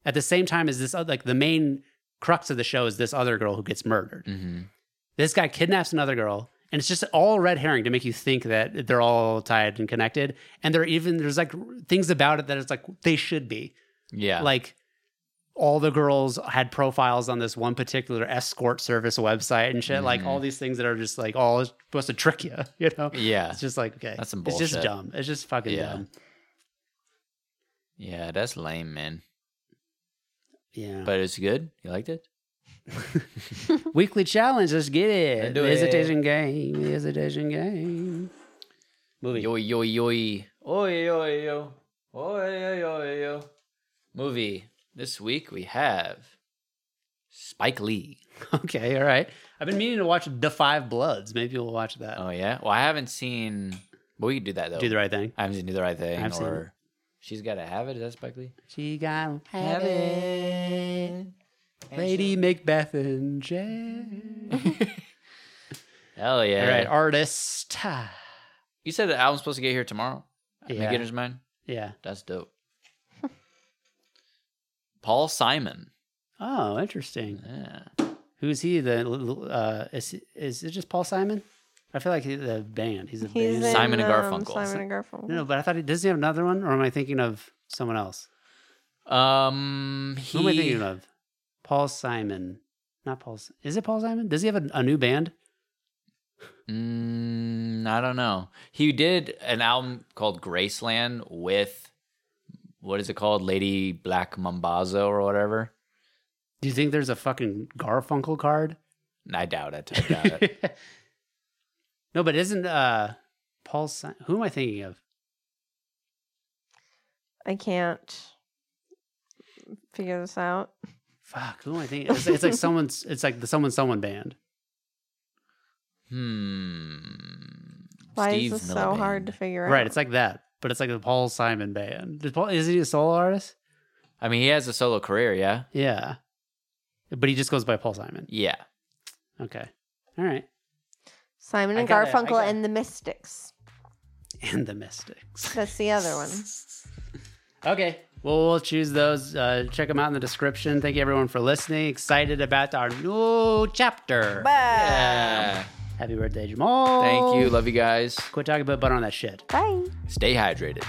at the same time as this other, like the main crux of the show is this other girl who gets murdered. hmm This guy kidnaps another girl, and it's just all red herring to make you think that they're all tied and connected. And there are even there's like things about it that it's like they should be. Yeah. Like all the girls had profiles on this one particular escort service website and shit. Like Mhm. all these things that are just like all supposed to trick you, you know? yeah. It's just like okay, That's some It's just bullshit. dumb. It's just fucking Yeah. dumb. Yeah. That's lame, man. Yeah. But it's good. You liked it? Weekly challenge. Let's get Let's it. do The it. hesitation game. The hesitation game. Movie. Yo, yo, yo. Oi, yo, yo. Oi, yo, yo, yo. Movie. This week we have Spike Lee. Okay, all right. I've been meaning to watch The Five Bloods. Maybe we'll watch that. Oh, yeah. Well, I haven't seen. Well, we can do that, though. Do the right thing. I haven't seen Do the Right Thing I've seen or. She's Gotta Have It. Is that Spike Lee? She got Have it. Lady Macbeth and Jay. Hell yeah. All right, artist. Ah, You said the album's supposed to get here tomorrow? Yeah. Beginner's Mind? Yeah. That's dope. Paul Simon. Oh, interesting. Yeah. Who's he? The l- l- uh, is is it just Paul Simon? I feel like he, the band. He's a He's band. in, Simon and um, Garfunkel. Simon and Garfunkel. No, but I thought he does he have another one, or am I thinking of someone else? Um, he, Who am I thinking of? Paul Simon. Not Paul. Si- Is it Paul Simon? Does he have a, a new band? Mm, I don't know. He did an album called Graceland with what is it called? Lady Black Mambazo or whatever. Do you think there's a fucking Garfunkel card? I doubt it. I doubt it. no, but isn't uh Paul? Si- who am I thinking of? I can't figure this out. Fuck, who am I thinking? It's, it's like someone's. It's like the someone someone band. hmm. Why Steve is this so hard Miliband. to figure out? Right, it's like that, but it's like the Paul Simon band. Is Paul, is he a solo artist? I mean, he has a solo career, yeah? Yeah, but he just goes by Paul Simon. Yeah. Okay, all right, Simon I and got it, I Garfunkel got it. and the Mystics. and the Mystics. That's the other one. Okay. Well, we'll choose those. Uh, check them out in the description. Thank you, everyone, for listening. Excited about our new chapter. Yeah. Happy birthday, Jamal. Oh. Thank you. Love you guys. Quit talking about butter on that shit. Bye. Stay hydrated.